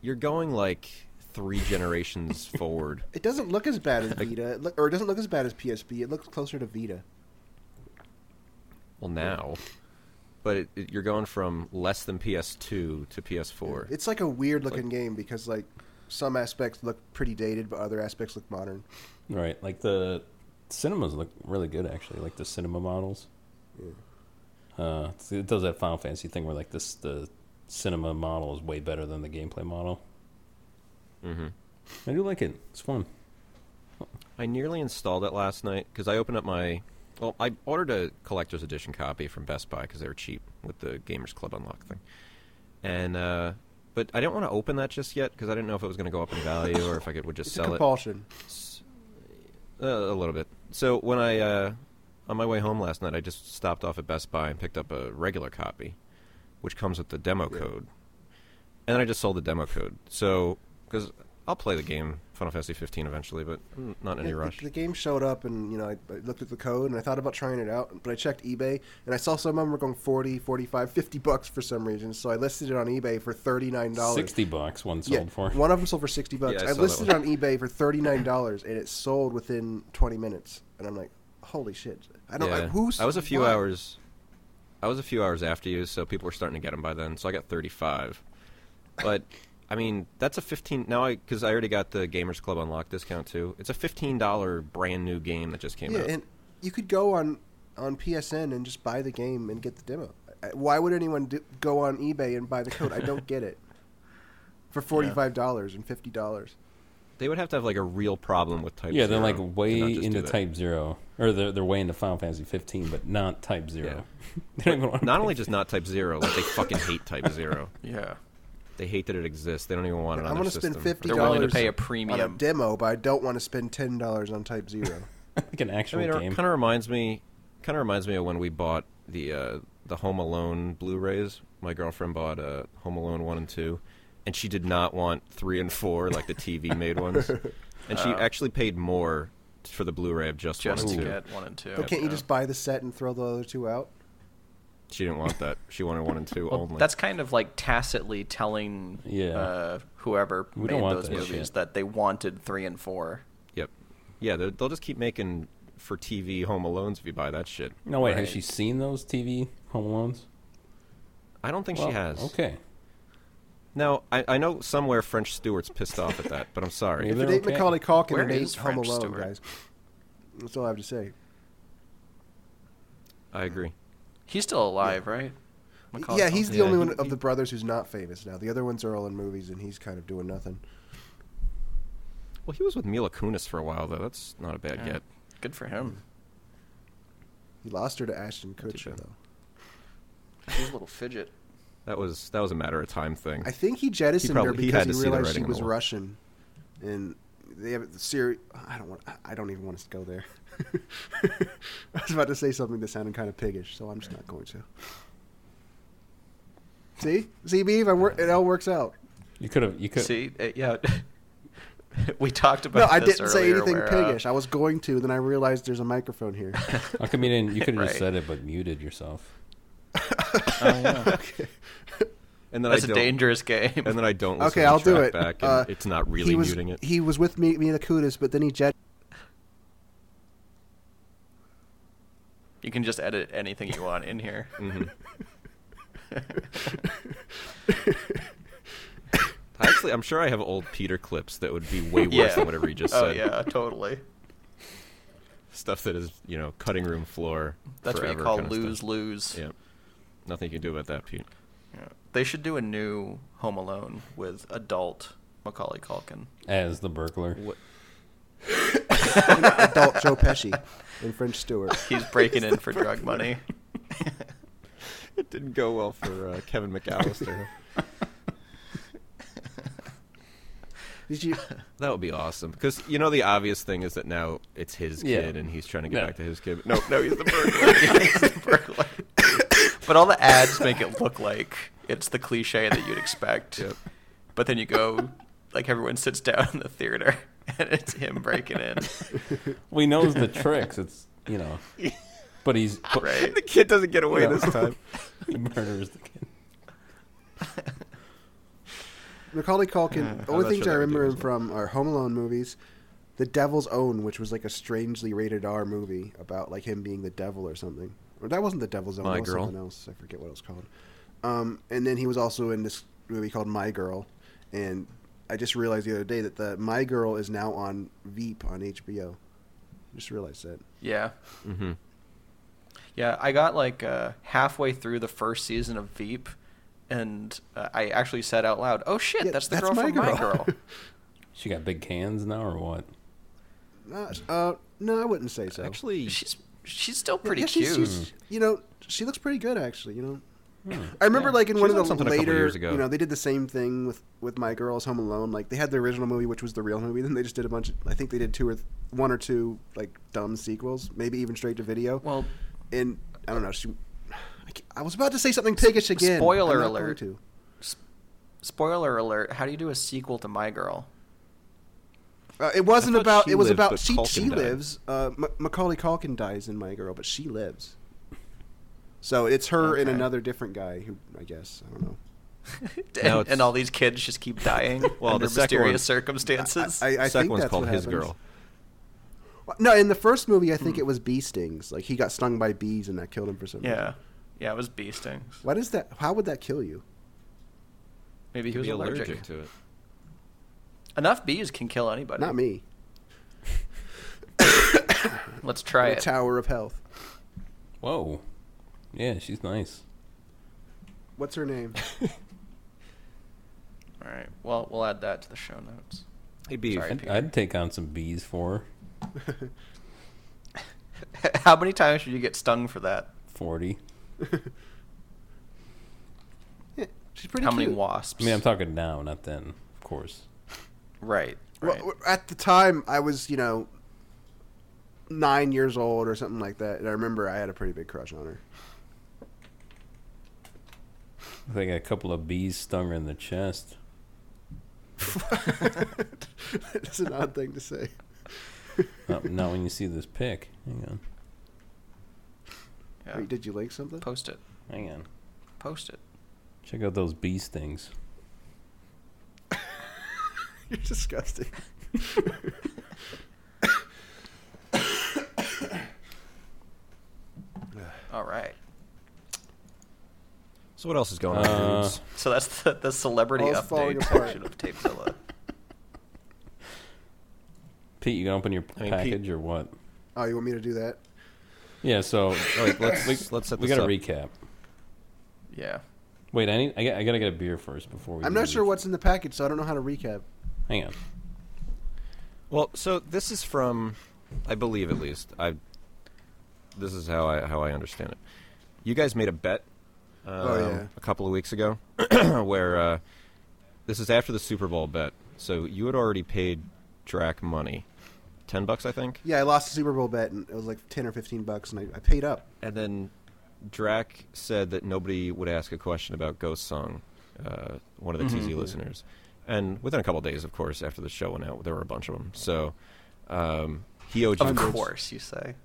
Speaker 1: you're going like three
Speaker 2: *laughs*
Speaker 1: generations forward.
Speaker 2: It doesn't look as bad
Speaker 1: *laughs*
Speaker 2: as Vita, it look, or it doesn't look as bad as PSP. It looks closer to Vita.
Speaker 1: Well, now, but it, it- you're going from less than PS2 to PS4.
Speaker 2: It's like a weird looking game because like some aspects look pretty dated, but other aspects look modern.
Speaker 4: right, like the cinemas look really good actually. Like the cinema models. Uh, it's- it does that Final Fantasy thing where like this the cinema model is way better than the gameplay model. Mm-hmm. I do like it. It's fun.
Speaker 1: I nearly installed it last night because I opened up my. Well, I ordered a collector's edition copy from Best Buy because they were cheap with the Gamers Club Unlock thing, and uh, but I didn't want to open that just yet because I didn't know if it was going to go up in value or if I could would just
Speaker 2: It's a
Speaker 1: sell it.
Speaker 2: compulsion.
Speaker 1: Uh, a little bit. So when I uh, on my way home last night, I just stopped off at Best Buy and picked up a regular copy, which comes with the demo code, and then I just sold the demo code. So because I'll play the game Final Fantasy 15 eventually, but I'm not in any
Speaker 2: Yeah, the-
Speaker 1: rush.
Speaker 2: The, game showed up, and you know, I, I looked at the code and I thought about trying it out, but I checked eBay and I saw some of them were going 40, 45, 50 bucks for some reason. So I listed it on eBay for thirty nine dollars.
Speaker 4: Sixty bucks one
Speaker 2: Yeah,
Speaker 4: sold for.
Speaker 2: one of them sold for sixty bucks.
Speaker 1: Yeah, I
Speaker 2: I,
Speaker 1: saw that
Speaker 2: listed it
Speaker 1: one.
Speaker 2: on eBay for thirty nine dollars, and it sold within twenty minutes. And I'm like, holy shit! I don't. I,
Speaker 1: Yeah.
Speaker 2: who's?
Speaker 1: I was a few
Speaker 2: why?
Speaker 1: hours. I was a few hours after you, so people were starting to get them by then. So I got 35. But I mean, that's a 15 now I cuz I already got the Gamers Club Unlock discount too. It's a $15 brand new game that just came
Speaker 2: Yeah,
Speaker 1: out.
Speaker 2: and you could go on on PSN and just buy the game and get the demo. I- Why would anyone do, go on
Speaker 1: *laughs*
Speaker 2: eBay and buy the code? I don't get it. For forty five dollars and fifty dollars.
Speaker 1: They would have to have like a real problem with Type.
Speaker 4: yeah, they're
Speaker 1: Zero
Speaker 4: like
Speaker 1: to not
Speaker 4: way
Speaker 1: just do
Speaker 4: into
Speaker 1: that.
Speaker 4: Type Zero, or they're they're way into Final Fantasy 15, but not Type Zero. *laughs* they don't even want
Speaker 1: Not only just not Type Zero, like they fucking hate Type Zero.
Speaker 3: Yeah.
Speaker 1: They hate that it exists. They don't even want it.
Speaker 2: I
Speaker 1: on
Speaker 2: want
Speaker 1: their
Speaker 2: to spend
Speaker 1: system.
Speaker 2: fifty
Speaker 3: They're willing to
Speaker 2: dollars
Speaker 3: pay a
Speaker 2: on a
Speaker 3: premium.
Speaker 2: demo, but I don't want to spend ten dollars on
Speaker 1: *laughs*
Speaker 2: Type Zero.
Speaker 4: like an
Speaker 1: I
Speaker 4: actual
Speaker 1: mean, it
Speaker 4: game.
Speaker 1: kind of reminds me, kind of reminds me of when we bought the uh, the Home Alone Blu-rays. My girlfriend bought uh, Home Alone one and two, and she did not want three and four like the
Speaker 4: *laughs*
Speaker 1: TV made ones, and
Speaker 4: Oh.
Speaker 1: she actually paid more for the Blu-ray of just,
Speaker 3: just
Speaker 1: one
Speaker 3: to
Speaker 1: and two.
Speaker 3: get one and two.
Speaker 2: but can't you
Speaker 3: Yeah.
Speaker 2: just buy the set and throw the other two out?
Speaker 1: She didn't want that. She wanted one and
Speaker 4: *laughs*
Speaker 1: two only.
Speaker 3: That's kind of like tacitly telling
Speaker 4: Yeah.
Speaker 3: uh, whoever
Speaker 4: We
Speaker 3: made
Speaker 4: don't want
Speaker 3: those
Speaker 4: that
Speaker 3: movies
Speaker 4: shit.
Speaker 3: that they wanted three and four.
Speaker 1: yep. Yeah, they're- they'll just keep making for TV Home Alones if you buy that shit.
Speaker 4: no wait,
Speaker 3: Right.
Speaker 4: has she seen those TV Home Alones?
Speaker 1: I don't think
Speaker 4: Well,
Speaker 1: she has.
Speaker 4: Okay,
Speaker 1: Now I, I know somewhere French Stewart's pissed off at that, but I'm
Speaker 4: *laughs*
Speaker 1: sorry.
Speaker 4: Maybe
Speaker 2: If it
Speaker 4: they're
Speaker 2: ain't
Speaker 4: okay.
Speaker 2: Macaulay Culkin,
Speaker 3: Where
Speaker 2: it ain't
Speaker 3: is
Speaker 2: Home
Speaker 3: French
Speaker 2: Alone,
Speaker 3: Stewart?
Speaker 2: guys. That's all I have to say.
Speaker 1: I agree.
Speaker 3: He's still alive, right? Macaulay
Speaker 2: yeah, he's
Speaker 1: Culkin.
Speaker 2: the
Speaker 1: Yeah,
Speaker 2: only one
Speaker 1: he-
Speaker 2: of the brothers who's not famous now. The other ones are all in movies, and he's kind of doing nothing.
Speaker 1: Well, he was with Mila Kunis for a while, though. That's not a bad
Speaker 3: Culkin. Yeah.
Speaker 1: get.
Speaker 3: Good for him.
Speaker 2: He lost her to Ashton
Speaker 1: Not too
Speaker 2: Kutcher,
Speaker 1: bad.
Speaker 2: though.
Speaker 3: He's a little fidget.
Speaker 1: That was that was a matter of time thing.
Speaker 2: I think he jettisoned
Speaker 1: He probably-
Speaker 2: her
Speaker 1: he had
Speaker 2: because he,
Speaker 1: to see the
Speaker 2: realized she
Speaker 1: writing on the
Speaker 2: was
Speaker 1: wall.
Speaker 2: Russian, and they have the series. I don't want. I don't even want to go there. *laughs* I was about to say something that sounded kind of piggish, so I'm just not going to. See, see, Beav, I wor- it all works out.
Speaker 4: you could have you could
Speaker 3: See, uh, yeah. *laughs* we talked
Speaker 2: No,
Speaker 3: about.
Speaker 2: I
Speaker 3: this
Speaker 2: didn't say
Speaker 3: earlier
Speaker 2: anything
Speaker 3: where, uh,
Speaker 2: piggish. I was going to, then I realized there's a
Speaker 1: *laughs*
Speaker 2: microphone here.
Speaker 4: I could mean you could have
Speaker 3: Right.
Speaker 4: just said it but muted yourself.
Speaker 1: and then
Speaker 3: That's
Speaker 1: I
Speaker 3: a
Speaker 1: don't-
Speaker 3: dangerous *laughs* game.
Speaker 1: And then I don't. Listen
Speaker 2: okay,
Speaker 1: to
Speaker 2: I'll
Speaker 1: the
Speaker 2: do
Speaker 1: track
Speaker 2: it.
Speaker 1: Back, and
Speaker 2: Uh,
Speaker 1: it's not really
Speaker 2: he was,
Speaker 1: muting it.
Speaker 2: He was with me, me and Akutis, but then he jet.
Speaker 3: You can just edit anything you want in here.
Speaker 1: I Actually, I'm sure I have old Peter clips that would be *laughs* way worse
Speaker 3: yeah.
Speaker 1: than whatever he just
Speaker 3: *laughs* oh
Speaker 1: said.
Speaker 3: yeah, totally.
Speaker 1: Stuff that is, you know, cutting room floor.
Speaker 3: That's what
Speaker 1: forever
Speaker 3: you call
Speaker 1: kinda
Speaker 3: lose
Speaker 1: stuff.
Speaker 3: lose.
Speaker 1: Yeah. Nothing you can do about that, Pete.
Speaker 3: Yeah. They should do a new Home Alone with adult Macaulay Culkin.
Speaker 4: As
Speaker 1: *laughs*
Speaker 4: the burglar,
Speaker 1: What?
Speaker 2: adult
Speaker 1: *laughs*
Speaker 2: Joe Pesci and French Stewart.
Speaker 3: He's breaking in for drug money. *laughs*
Speaker 1: It didn't go well for uh, Kevin McAllister.
Speaker 2: Did you?
Speaker 1: *laughs* That would be awesome because you know the obvious thing is that now it's his
Speaker 4: Yeah.
Speaker 1: kid and he's trying to get
Speaker 4: No.
Speaker 1: back to his kid. No, no, he's the
Speaker 3: Burglar. but all the ads make it look like it's the cliche that you'd expect.
Speaker 1: Yep.
Speaker 3: But then you go, like everyone sits down in the theater, *laughs* and it's him breaking in.
Speaker 1: *laughs*
Speaker 4: well, he knows the tricks. It's you know, but he's but
Speaker 1: *laughs*
Speaker 3: Right.
Speaker 1: the kid doesn't get away
Speaker 4: No.
Speaker 1: this time.
Speaker 4: *laughs* he murders the kid.
Speaker 2: Macaulay Culkin. the only
Speaker 1: Uh, not
Speaker 2: things
Speaker 1: sure that would
Speaker 2: I remember
Speaker 1: do
Speaker 2: him
Speaker 1: as
Speaker 2: from are Home Alone movies, The Devil's Own, which was like a strangely rated R movie about like him being the devil or something. Or that wasn't The Devil's Own.
Speaker 1: My
Speaker 2: that was
Speaker 1: Girl.
Speaker 2: Something else. I forget what it was called. Um, and then he was also in this movie called My Girl, and I just realized the other day that the My Girl is now on Veep on HBO. Just realized that.
Speaker 3: Yeah. Mm-hmm. Yeah, I got like uh, halfway through the first season of Veep, and uh, I actually said out loud, "Oh shit,
Speaker 2: Yeah,
Speaker 3: that's the
Speaker 2: that's
Speaker 3: girl
Speaker 2: my
Speaker 3: from My
Speaker 2: girl."
Speaker 3: Girl."
Speaker 4: She got big cans now or what?
Speaker 2: Uh, uh, no, I wouldn't say so.
Speaker 1: Actually,
Speaker 3: she's she's still pretty
Speaker 2: Yeah,
Speaker 3: cute.
Speaker 2: she's- she's- you know, she looks pretty good actually. You know, I remember
Speaker 3: Yeah.
Speaker 2: like
Speaker 1: Hmm.
Speaker 2: in
Speaker 1: She
Speaker 2: one
Speaker 1: was on
Speaker 2: of the
Speaker 1: something a couple
Speaker 2: later,
Speaker 1: years ago.
Speaker 2: you know, they did the same thing with with My Girls Home Alone. Like they had the original movie, which was the real movie. Then they just did a bunch. Of, I think they did two or th- one or two like dumb sequels, maybe even straight to video.
Speaker 3: Well-
Speaker 2: and I don't know. She, I, ca- I was about to say something piggish again.
Speaker 3: spoiler
Speaker 2: I'm not going
Speaker 3: alert.
Speaker 2: to.
Speaker 3: Spoiler alert: How do you do a sequel to My Girl?
Speaker 2: Uh, it wasn't
Speaker 1: I thought
Speaker 2: about.
Speaker 1: she
Speaker 2: It was
Speaker 1: lived,
Speaker 2: about
Speaker 1: but
Speaker 2: she.
Speaker 1: Culkin
Speaker 2: she
Speaker 1: died.
Speaker 2: lives. Uh, Ma- Macaulay Culkin dies in My Girl, but she lives. So it's her and
Speaker 3: Okay.
Speaker 2: another different guy who I guess I don't know.
Speaker 1: Now
Speaker 3: and,
Speaker 1: it's-
Speaker 3: and all these kids just keep dying
Speaker 1: Well,
Speaker 3: under
Speaker 1: the second
Speaker 3: mysterious
Speaker 1: one-
Speaker 3: circumstances.
Speaker 2: I, I
Speaker 1: second
Speaker 2: think
Speaker 1: one's
Speaker 2: that's
Speaker 1: called
Speaker 2: what
Speaker 1: His
Speaker 2: happens.
Speaker 1: Girl.
Speaker 2: Well, No, in the first movie, I think
Speaker 1: Hmm.
Speaker 2: it was bee stings. Like he got stung by bees, and that killed him for some reason.
Speaker 3: yeah, yeah, it was bee stings.
Speaker 2: Why does that? How would that kill you?
Speaker 3: Maybe he was
Speaker 1: be
Speaker 3: allergic.
Speaker 1: to it.
Speaker 3: Enough bees can kill anybody.
Speaker 2: Not me.
Speaker 3: Let's try
Speaker 2: The
Speaker 3: it.
Speaker 2: Tower of Health.
Speaker 4: Whoa, yeah, she's nice.
Speaker 1: *laughs*
Speaker 2: What's her name?
Speaker 3: All right. Well, we'll add that to the show notes.
Speaker 1: Hey, Beef.
Speaker 3: Sorry.
Speaker 4: I'd, I'd take on some bees for her.
Speaker 3: *laughs* How many times should you get stung for that?
Speaker 4: 40.
Speaker 2: Yeah, she's pretty
Speaker 3: How
Speaker 2: cute.
Speaker 3: many wasps?
Speaker 4: I mean, I'm talking now, not then, of course.
Speaker 3: right.
Speaker 2: Well,
Speaker 3: Right.
Speaker 2: at the time, I was, you know, nine years old or something like that. And I remember I had a pretty big crush on her. *laughs*
Speaker 4: I think a couple of bees stung her in the chest.
Speaker 2: That's an odd thing to say.
Speaker 4: Not, not when you see this pic. Hang on.
Speaker 3: Yeah.
Speaker 2: Wait, did you like something?
Speaker 3: Post it.
Speaker 4: Hang on.
Speaker 3: Post it.
Speaker 4: Check out those bee stings.
Speaker 2: *laughs* You're disgusting.
Speaker 3: All right.
Speaker 1: So what else is going on?
Speaker 4: Uh,
Speaker 1: dudes?
Speaker 3: So that's the, the celebrity
Speaker 2: All's Oh, falling
Speaker 3: update
Speaker 2: apart.
Speaker 3: section
Speaker 2: *laughs*
Speaker 3: of Tapezilla.
Speaker 4: Pete, you gonna open your
Speaker 1: I mean, Pete-
Speaker 4: package or what?
Speaker 2: Oh, you want me to do that?
Speaker 4: Yeah, so
Speaker 1: Oh, wait, *laughs* let's let's set
Speaker 4: we
Speaker 1: this
Speaker 4: got to
Speaker 1: up.
Speaker 4: recap.
Speaker 3: Yeah.
Speaker 4: Wait, I need. I, got, I gotta get a beer first before we.
Speaker 2: I'm
Speaker 4: do
Speaker 2: not
Speaker 4: the
Speaker 2: sure
Speaker 4: recap.
Speaker 2: what's in the package, so I don't know how to recap.
Speaker 4: Hang on.
Speaker 1: Well, so this is from, I believe at least I. This is how I how I understand it. You guys made a bet, um,
Speaker 2: Oh, yeah.
Speaker 1: a couple of weeks ago, *clears throat* where uh, this is after the Super Bowl bet. So you had already paid Drac money, ten bucks I think,
Speaker 2: Yeah, I lost the Super Bowl bet, and it was like ten or fifteen bucks, and I, I paid up.
Speaker 1: and then Drac said that nobody would ask a question about Ghost Song, uh, one of the
Speaker 3: Mm-hmm.
Speaker 1: TZ listeners. And within a couple of days, of course, after the show went out, there were a bunch of them. So um, he owed you
Speaker 3: Of
Speaker 1: hundreds.
Speaker 3: course, you say.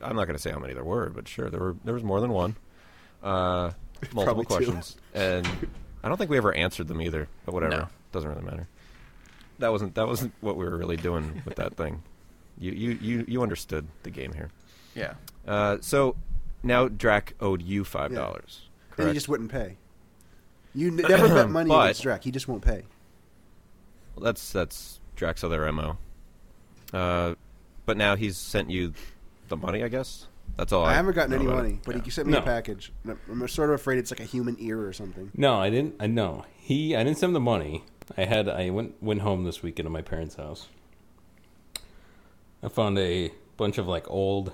Speaker 1: I'm not going to say how many there were, but sure, there were there was more than one.
Speaker 3: *laughs*
Speaker 1: Uh, multiple
Speaker 2: Probably two.
Speaker 1: questions, and I don't think we ever answered them either. But whatever,
Speaker 3: No.
Speaker 1: doesn't really matter. That wasn't that wasn't what we were really doing with that thing. You you you you understood the game here.
Speaker 3: Yeah.
Speaker 1: Uh, so now Drac owed you five dollars.
Speaker 2: And he
Speaker 1: Correct.
Speaker 2: just wouldn't pay. You n- never bet money
Speaker 1: But-
Speaker 2: against Drac. He just won't pay.
Speaker 1: Well, that's that's Drac's other mo. Uh, but now he's sent you the money. I guess that's all. I,
Speaker 2: I haven't gotten
Speaker 1: know
Speaker 2: any
Speaker 1: about it.
Speaker 2: money, but
Speaker 1: Yeah.
Speaker 2: he sent me a
Speaker 4: No.
Speaker 2: package. And I'm- I'm sort of afraid it's like a human ear or something.
Speaker 4: No, I didn't. I no. He. I didn't send him the money. I had. I went went home this weekend to my parents' house. I found a bunch of like old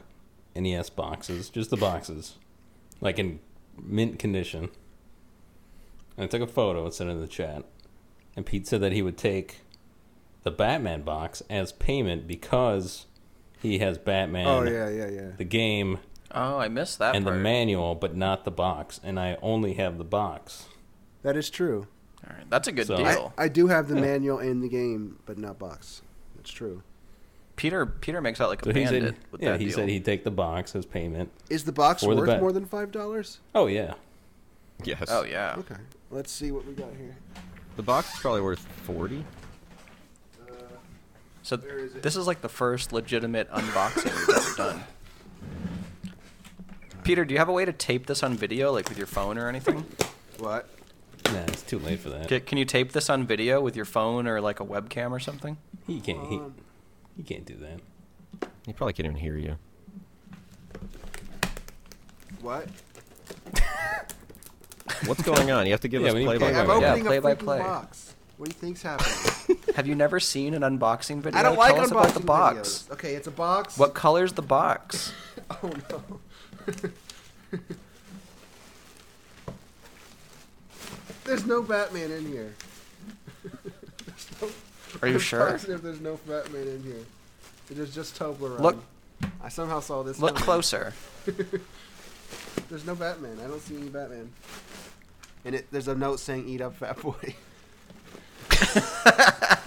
Speaker 4: NES boxes, just the boxes, like in mint condition. And I took a photo and sent it in the chat. And Pete said that he would take the Batman box as payment because he has Batman,
Speaker 2: Oh yeah, yeah, yeah.
Speaker 4: the game,
Speaker 3: Oh, I missed that
Speaker 4: and the
Speaker 3: part.
Speaker 4: manual, but not the box. And I only have the box.
Speaker 2: That is true.
Speaker 3: All right. That's a good
Speaker 4: So-
Speaker 3: deal.
Speaker 4: I-
Speaker 2: I, I do have the manual and the game, but not box. That's true.
Speaker 3: Peter Peter makes out like a
Speaker 4: So he
Speaker 3: bandit
Speaker 4: said,
Speaker 3: with
Speaker 4: yeah,
Speaker 3: that
Speaker 4: he
Speaker 3: deal.
Speaker 4: said he'd take the box as payment.
Speaker 2: Is the box
Speaker 4: Or the
Speaker 2: worth
Speaker 4: bet.
Speaker 2: more than five dollars?
Speaker 4: Oh yeah,
Speaker 1: Yes.
Speaker 3: Oh yeah.
Speaker 2: Okay, let's see what we got here.
Speaker 1: The box is probably worth forty.
Speaker 3: So
Speaker 2: Where is it?
Speaker 3: this is like the first legitimate unboxing we've
Speaker 2: *laughs*
Speaker 3: ever done. Peter, do you have a way to tape this on video, like with your phone or anything?
Speaker 2: What?
Speaker 4: nah, it's too late for that.
Speaker 3: Ca- Can you tape this on video with your phone or like a webcam or something?
Speaker 4: He can't. He, he can't do that.
Speaker 1: He probably can't even hear you.
Speaker 2: What?
Speaker 1: *laughs* What's going on? You have to give
Speaker 4: Yeah,
Speaker 1: us
Speaker 4: we need
Speaker 1: play by
Speaker 2: Hey, I'm
Speaker 1: play.
Speaker 3: Yeah,
Speaker 2: opening
Speaker 3: play
Speaker 2: a
Speaker 3: by
Speaker 2: freaking
Speaker 3: play.
Speaker 2: box. What do you think's happening?
Speaker 3: Have *laughs* you never seen an unboxing video?
Speaker 2: I don't like
Speaker 3: Tell us
Speaker 2: unboxing
Speaker 3: about the box.
Speaker 2: videos. Okay, it's a box.
Speaker 3: What color's the box?
Speaker 2: *laughs* Oh no. *laughs* There's no Batman in here. *laughs*
Speaker 3: Are you
Speaker 2: I'm
Speaker 3: sure?
Speaker 2: Positive there's no Batman in here. It is just Toblerone.
Speaker 3: Look-
Speaker 2: I somehow saw this.
Speaker 3: Look
Speaker 2: coming.
Speaker 3: closer.
Speaker 2: There's no Batman. I don't see any Batman. And it, there's a note saying "Eat up, Fat Boy." *laughs*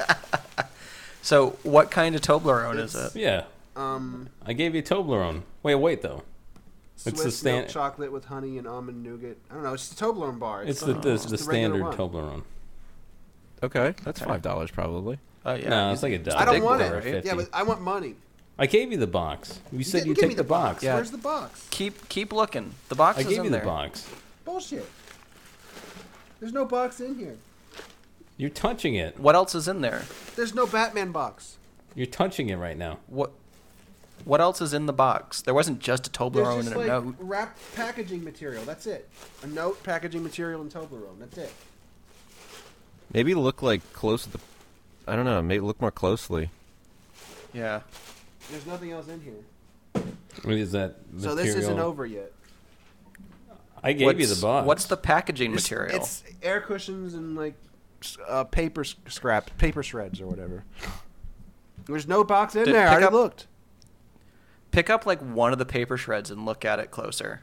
Speaker 3: So, what kind of Toblerone is
Speaker 2: It's-
Speaker 3: it?
Speaker 4: Yeah,
Speaker 2: Um,
Speaker 4: I gave you Toblerone. Wait, wait though. the
Speaker 2: Swiss
Speaker 4: stan-
Speaker 2: milk chocolate with honey and almond nougat. I don't know. It's a Toblerone bar.
Speaker 4: It's the the,
Speaker 2: just
Speaker 4: the
Speaker 2: a Oh, regular
Speaker 4: standard
Speaker 2: one.
Speaker 4: Toblerone.
Speaker 1: Okay, that's five dollars probably.
Speaker 3: Oh yeah,
Speaker 4: no,
Speaker 3: he's-
Speaker 4: it's like a dollar.
Speaker 2: I don't
Speaker 3: big
Speaker 2: want
Speaker 3: one,
Speaker 2: it.
Speaker 4: dollar
Speaker 3: right?
Speaker 4: fifty.
Speaker 2: Yeah, but I want money.
Speaker 4: I gave you the box. You said
Speaker 2: didn't
Speaker 4: you
Speaker 2: give
Speaker 4: take
Speaker 2: me
Speaker 4: the box.
Speaker 3: Yeah.
Speaker 2: Where's the box?
Speaker 3: keep keep looking. The box
Speaker 4: I
Speaker 3: is
Speaker 4: gave
Speaker 3: in
Speaker 4: you
Speaker 3: there.
Speaker 4: the box.
Speaker 2: Bullshit. There's no box in here.
Speaker 4: You're touching it.
Speaker 3: What else is in there?
Speaker 2: There's no Batman box.
Speaker 4: You're touching it right now.
Speaker 3: What what else is in the box? There wasn't just a
Speaker 2: There's
Speaker 3: Toblerone
Speaker 2: just
Speaker 3: and a
Speaker 2: like
Speaker 3: note.
Speaker 2: wrapped packaging material. That's it. A note, packaging material, and Toblerone. That's it.
Speaker 1: Maybe look like close at the I don't know. Maybe look more closely.
Speaker 3: Yeah.
Speaker 2: There's nothing else in here.
Speaker 4: What is that?
Speaker 2: So this isn't
Speaker 4: material?
Speaker 2: over yet.
Speaker 4: I gave you the
Speaker 3: What's-
Speaker 4: box.
Speaker 3: What's the packaging material?
Speaker 2: It's air cushions and like s- uh, paper s- scraps, paper shreds or whatever. There's no box in
Speaker 3: Did-
Speaker 2: there. I
Speaker 3: pick
Speaker 2: already
Speaker 3: up-
Speaker 2: looked.
Speaker 3: Pick up like one of the paper shreds and look at it closer.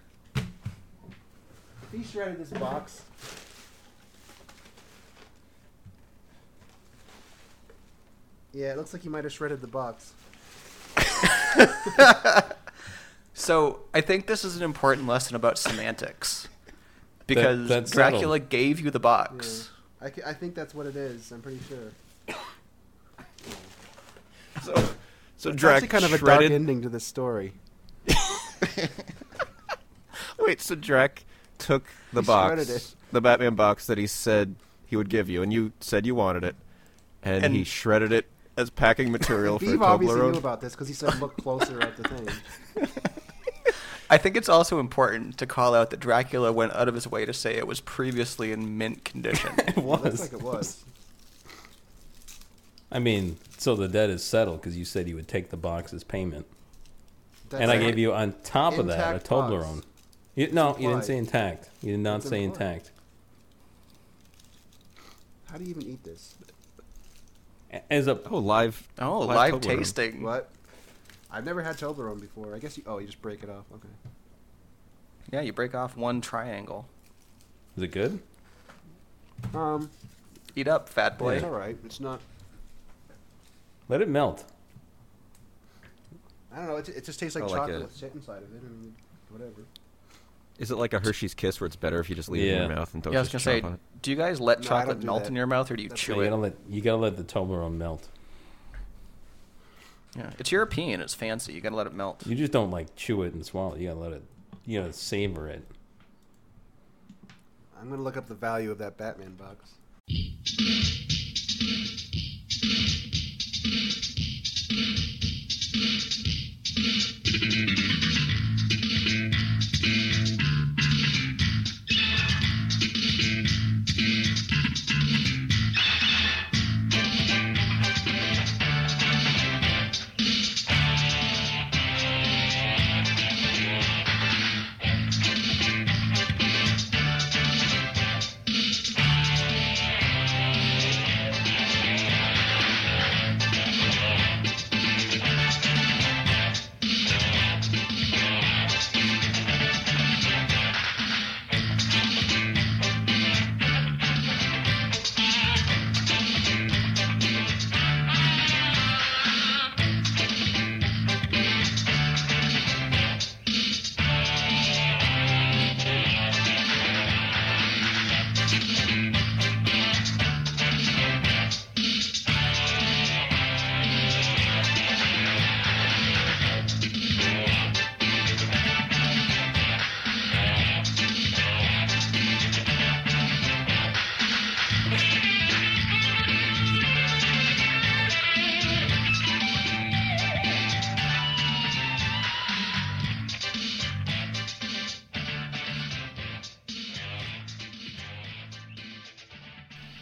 Speaker 2: He shredded this box. Yeah, it looks like he might have shredded the box.
Speaker 3: So I think this is an important lesson about semantics, because
Speaker 4: that's
Speaker 3: Dracula
Speaker 4: settled.
Speaker 3: gave you the box.
Speaker 2: I, ca- I think that's what it is. I'm pretty sure.
Speaker 1: So, so
Speaker 2: It's
Speaker 1: Drac
Speaker 2: actually kind of a dark
Speaker 1: shredded.
Speaker 2: ending to this story.
Speaker 1: Wait, so Drek took the
Speaker 2: He shredded it.
Speaker 1: box, the Batman box that he said he would give you, and you said you wanted it, and,
Speaker 3: And-
Speaker 1: he shredded it as packing
Speaker 2: *laughs*
Speaker 1: material for
Speaker 2: Beav obviously knew
Speaker 1: Toblerone.
Speaker 2: about this because he said, "Look closer at the thing."
Speaker 3: I think it's also important to call out that Dracula went out of his way to say it was previously in mint condition.
Speaker 4: *laughs* *laughs* It was.
Speaker 2: Looks like it was.
Speaker 4: I mean, so the debt is settled because you said you would take the box as payment,
Speaker 2: That's
Speaker 4: and I
Speaker 2: right.
Speaker 4: gave you on top of that a
Speaker 2: Intact box.
Speaker 4: Toblerone. You, no, you didn't
Speaker 2: implied.
Speaker 4: say intact. You did not
Speaker 2: It's
Speaker 4: say
Speaker 2: implied.
Speaker 4: intact.
Speaker 2: How do you even eat this?
Speaker 4: A- As a
Speaker 1: Oh, live.
Speaker 3: oh, live
Speaker 1: Toblerone.
Speaker 3: tasting.
Speaker 2: What? I've never had Toblerone before. I guess you. Oh, you just break it off. Okay.
Speaker 3: Yeah, you break off one triangle.
Speaker 4: is it good?
Speaker 2: Um,
Speaker 3: Eat up, fat boy.
Speaker 2: it's all right. It's not.
Speaker 4: Let it melt.
Speaker 2: I don't know. It, it just tastes like
Speaker 1: Oh, like
Speaker 2: chocolate
Speaker 1: a-
Speaker 2: with shit inside of it. I mean, whatever.
Speaker 1: Is it like a Hershey's Kiss where it's better if you just leave it in
Speaker 4: Yeah.
Speaker 1: your mouth and don't
Speaker 3: Yeah, I was
Speaker 1: just
Speaker 3: gonna
Speaker 1: chomp
Speaker 3: say,
Speaker 1: on it?
Speaker 3: do you guys let
Speaker 2: No, I don't
Speaker 3: chocolate
Speaker 2: do
Speaker 3: melt
Speaker 2: that.
Speaker 3: in your mouth, or do you
Speaker 2: That's
Speaker 3: chew
Speaker 4: You
Speaker 3: it?
Speaker 4: gotta let you gotta let the Toblerone melt.
Speaker 3: Yeah, it's European. It's fancy. You gotta let it melt.
Speaker 4: You just don't like chew it and swallow. it. You gotta let it. You gotta savor it.
Speaker 2: I'm gonna look up the value of that Batman box.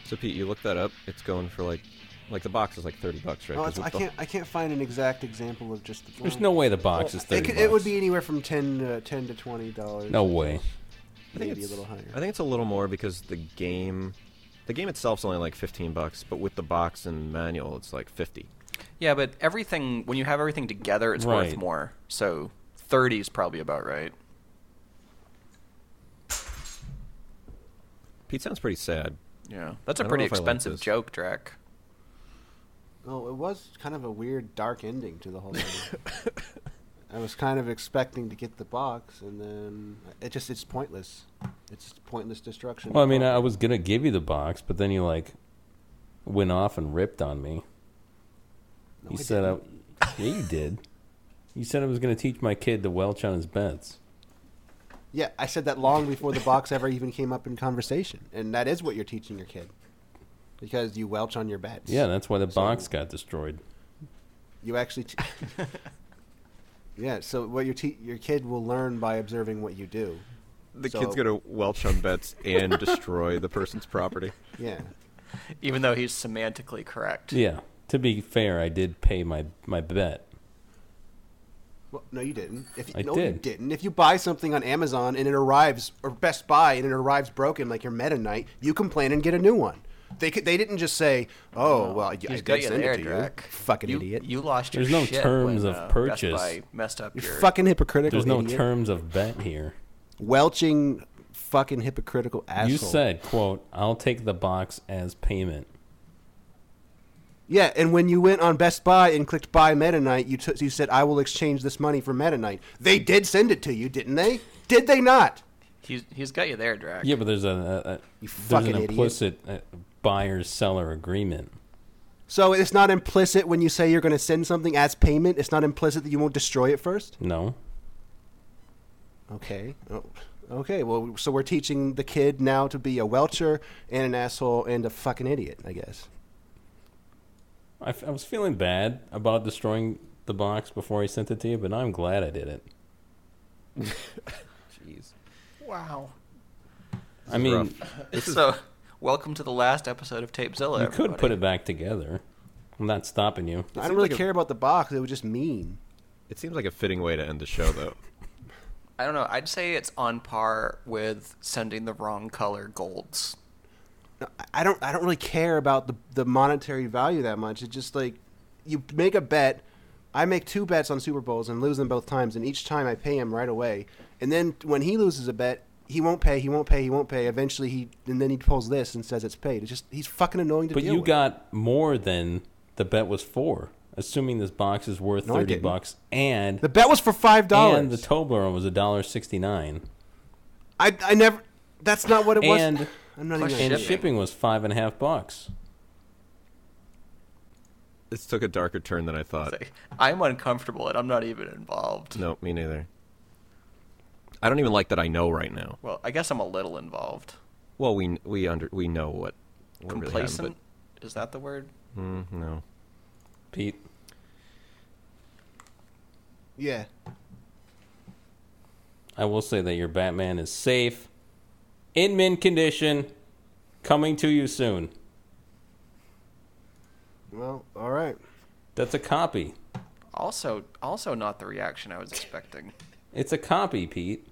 Speaker 1: So Pete, you look that up. It's going for like, like the box is like thirty bucks, right?
Speaker 2: Oh,
Speaker 1: 'Cause
Speaker 2: it's, I
Speaker 1: with the-
Speaker 2: can't. I can't find an exact example of just the.
Speaker 4: There's no way the box is
Speaker 2: It,
Speaker 4: thirty.
Speaker 2: could- it would
Speaker 4: bucks.
Speaker 2: be anywhere from ten to ten to twenty dollars.
Speaker 4: no way.
Speaker 1: I think
Speaker 2: maybe a
Speaker 1: it's-
Speaker 2: little higher.
Speaker 1: I think it's a little more because the game, the game itself's only like fifteen bucks, but with the box and manual, it's like fifty.
Speaker 3: Yeah, but everything when you have everything together, it's
Speaker 4: Right.
Speaker 3: worth more. So thirty is probably about right.
Speaker 1: Pete sounds pretty sad.
Speaker 3: Yeah, that's
Speaker 1: I
Speaker 3: a
Speaker 1: don't
Speaker 3: pretty
Speaker 1: know if I like
Speaker 3: expensive
Speaker 1: this.
Speaker 3: joke, Drac.
Speaker 2: Oh, it was kind of a weird, dark ending to the whole thing.
Speaker 4: *laughs*
Speaker 2: I was kind of expecting to get the box, and then it just—it's pointless. It's pointless destruction.
Speaker 4: Well, I mean, I I was gonna give you the box, but then you like went off and ripped on me.
Speaker 2: No,
Speaker 4: you
Speaker 2: I
Speaker 4: said, I,
Speaker 2: didn't.
Speaker 4: "Yeah, you did." You said I was gonna teach my kid to welch on his bets.
Speaker 2: "Yeah, I said that long before the box ever even came up in conversation." And that is what you're teaching your kid, because you welch on your bets.
Speaker 4: Yeah, that's why the box got destroyed.
Speaker 2: you actually.
Speaker 4: *laughs*
Speaker 2: T- yeah, so what your te- your kid will learn by observing what you do.
Speaker 1: The
Speaker 2: So-
Speaker 1: kid's gonna welch on bets and destroy the person's property.
Speaker 2: Yeah.
Speaker 3: even though he's semantically correct.
Speaker 4: Yeah. To be fair, I did pay my my bet.
Speaker 2: Well, no, you didn't. If you,
Speaker 4: I
Speaker 2: no, you
Speaker 4: did.
Speaker 2: didn't. If you buy something on Amazon and it arrives, or Best Buy and it arrives broken, like your Meta Knight, you complain and get a new one. They could, they didn't just say, "Oh, well, I
Speaker 3: He's got
Speaker 2: did
Speaker 3: you
Speaker 2: send
Speaker 3: there,
Speaker 2: it to
Speaker 3: Drek.
Speaker 2: you." Fucking
Speaker 3: you,
Speaker 2: idiot. You,
Speaker 3: You lost your
Speaker 4: There's no
Speaker 3: shit
Speaker 4: terms
Speaker 3: when,
Speaker 4: of
Speaker 3: uh,
Speaker 4: purchase.
Speaker 3: Best Buy messed up your
Speaker 2: fucking hypocritical.
Speaker 4: There's no
Speaker 2: idiot.
Speaker 4: terms of bet here.
Speaker 2: Welching, fucking hypocritical asshole.
Speaker 4: You said, "quote I'll take the box as payment."
Speaker 2: Yeah, and when you went on Best Buy and clicked buy Meta Knight, you took you said I will exchange this money for Meta Knight. They did send it to you, didn't they? Did they not?
Speaker 3: He's he's got you there, Drac.
Speaker 4: Yeah, but there's a, a, a
Speaker 2: You
Speaker 4: there's
Speaker 2: fucking
Speaker 4: an
Speaker 2: idiot.
Speaker 4: implicit uh, buyer seller agreement.
Speaker 2: So it's not implicit when you say you're going to send something as payment. It's not implicit that you won't destroy it first.
Speaker 4: No,
Speaker 2: Okay. Oh, okay. Well, so we're teaching the kid now to be a welcher and an asshole and a fucking idiot, I guess.
Speaker 4: I, f- I was feeling bad about destroying the box before I sent it to you, but now I'm glad I did it.
Speaker 1: *laughs* Jeez.
Speaker 3: Wow.
Speaker 4: I mean,
Speaker 3: so, welcome to the last episode of Tapezilla.
Speaker 4: you could put it back together. I'm not stopping you.
Speaker 2: I
Speaker 1: seems
Speaker 2: don't really
Speaker 1: like a-
Speaker 2: care about the box. It was just mean.
Speaker 1: It seems like a fitting way to end the show, though.
Speaker 3: I don't know. I'd say it's on par with sending the wrong color golds.
Speaker 2: No, I- I don't. I don't really care about the the monetary value that much. It's just like you make a bet. I make two bets on Super Bowls and lose them both times, and each time I pay him right away. And then when he loses a bet, he won't pay. He won't pay. He won't pay. Eventually, he and then he pulls this and says it's paid. It's just he's fucking annoying to
Speaker 4: But
Speaker 2: deal
Speaker 4: you
Speaker 2: with.
Speaker 4: got more than the bet was for, assuming this box is worth
Speaker 2: No, I
Speaker 4: thirty
Speaker 2: didn't.
Speaker 4: bucks and
Speaker 2: the bet was for five
Speaker 4: and the
Speaker 2: dollars.
Speaker 4: Toblerone was a dollar sixty nine.
Speaker 2: I I never. That's not what it was.
Speaker 4: And-
Speaker 2: I'm not
Speaker 3: plus
Speaker 2: even.
Speaker 4: And
Speaker 3: Shipping.
Speaker 4: shipping was five and a half bucks.
Speaker 1: This took a darker turn than I
Speaker 3: It's
Speaker 1: thought.
Speaker 3: like, I'm uncomfortable and I'm not even involved.
Speaker 1: No, me neither. I don't even like that I know right now.
Speaker 3: Well, I guess I'm a little involved.
Speaker 1: Well, we we under we know what, what really happened,
Speaker 3: Complacent? Is that the word?
Speaker 1: but- mm, no,
Speaker 4: Pete,
Speaker 2: Yeah.
Speaker 4: I will say that your Batman is safe, in mint condition, coming to you soon.
Speaker 2: Well, all right.
Speaker 4: That's a copy.
Speaker 3: Also, also not the reaction I was expecting.
Speaker 4: It's a copy, Pete.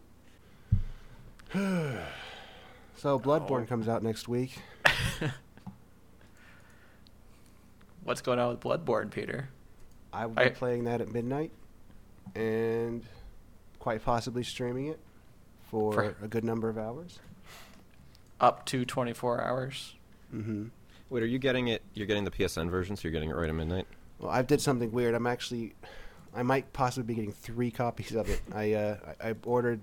Speaker 2: So Bloodborne comes out next week.
Speaker 3: *laughs* What's going on with Bloodborne, Peter?
Speaker 2: I will
Speaker 3: I-
Speaker 2: be playing that at midnight, and quite possibly streaming it for,
Speaker 3: For-
Speaker 2: a good number of hours.
Speaker 3: Up to 24 hours.
Speaker 2: hmm
Speaker 1: Wait, are you getting it? You're getting the PSN version, so you're getting it right at midnight.
Speaker 2: Well, I did something weird. I'm actually, I might possibly be getting three copies of it. I uh, I, I ordered.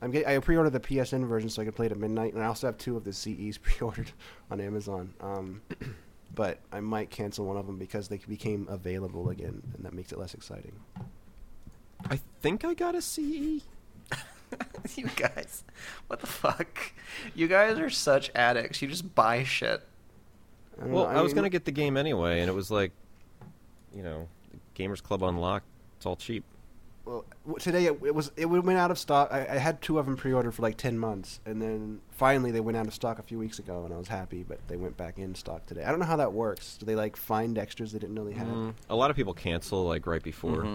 Speaker 2: I'm get, I pre-ordered the PSN version so I could play it at midnight, and I also have two of the CEs *laughs* pre-ordered on Amazon.
Speaker 1: *coughs*
Speaker 2: Um, but I might cancel one of them because they became available again, and that makes it less exciting.
Speaker 1: I think I got a E. CE.
Speaker 3: *laughs* you guys, what the fuck? You guys are such addicts. You just buy shit.
Speaker 2: I don't know,
Speaker 1: Well, I, was
Speaker 2: mean-
Speaker 1: gonna get the game anyway, and it was like, you know, Gamers Club unlocked. It's all cheap.
Speaker 2: well w- today it, it was it went out of stock I, I had two of them pre-ordered for like 10 months and then finally they went out of stock a few weeks ago and i was happy but they went back in stock today i don't know how that works do they like find extras they didn't know they had
Speaker 1: Mm, a lot of people cancel like right before,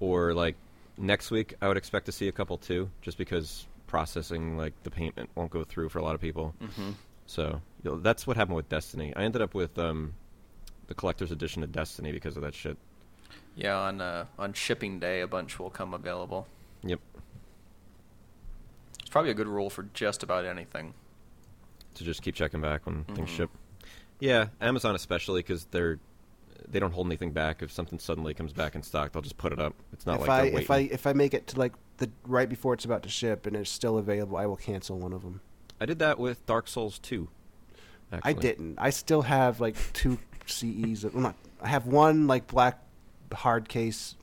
Speaker 1: or like next week. I would expect to see a couple too, just because processing like the payment won't go through for a lot of people. Mm-hmm. So you know, that's what happened with Destiny. I ended up with um, the collector's edition of Destiny because of that shit.
Speaker 3: Yeah, on uh, on shipping day, a bunch will come available.
Speaker 1: Yep,
Speaker 3: It's probably a good rule for just about anything.
Speaker 1: to just keep checking back when things ship. Yeah, Amazon especially because they're they don't hold anything back. If something suddenly comes back in stock, they'll just put it up. It's not
Speaker 2: if
Speaker 1: like
Speaker 2: i
Speaker 1: they're
Speaker 2: if i
Speaker 1: waiting.
Speaker 2: if i make it to like the right before it's about to ship and it's still available i will cancel one of them
Speaker 1: I did that with Dark Souls two.
Speaker 2: i didn't i still have like two ces of, well, not, i have one like black hard case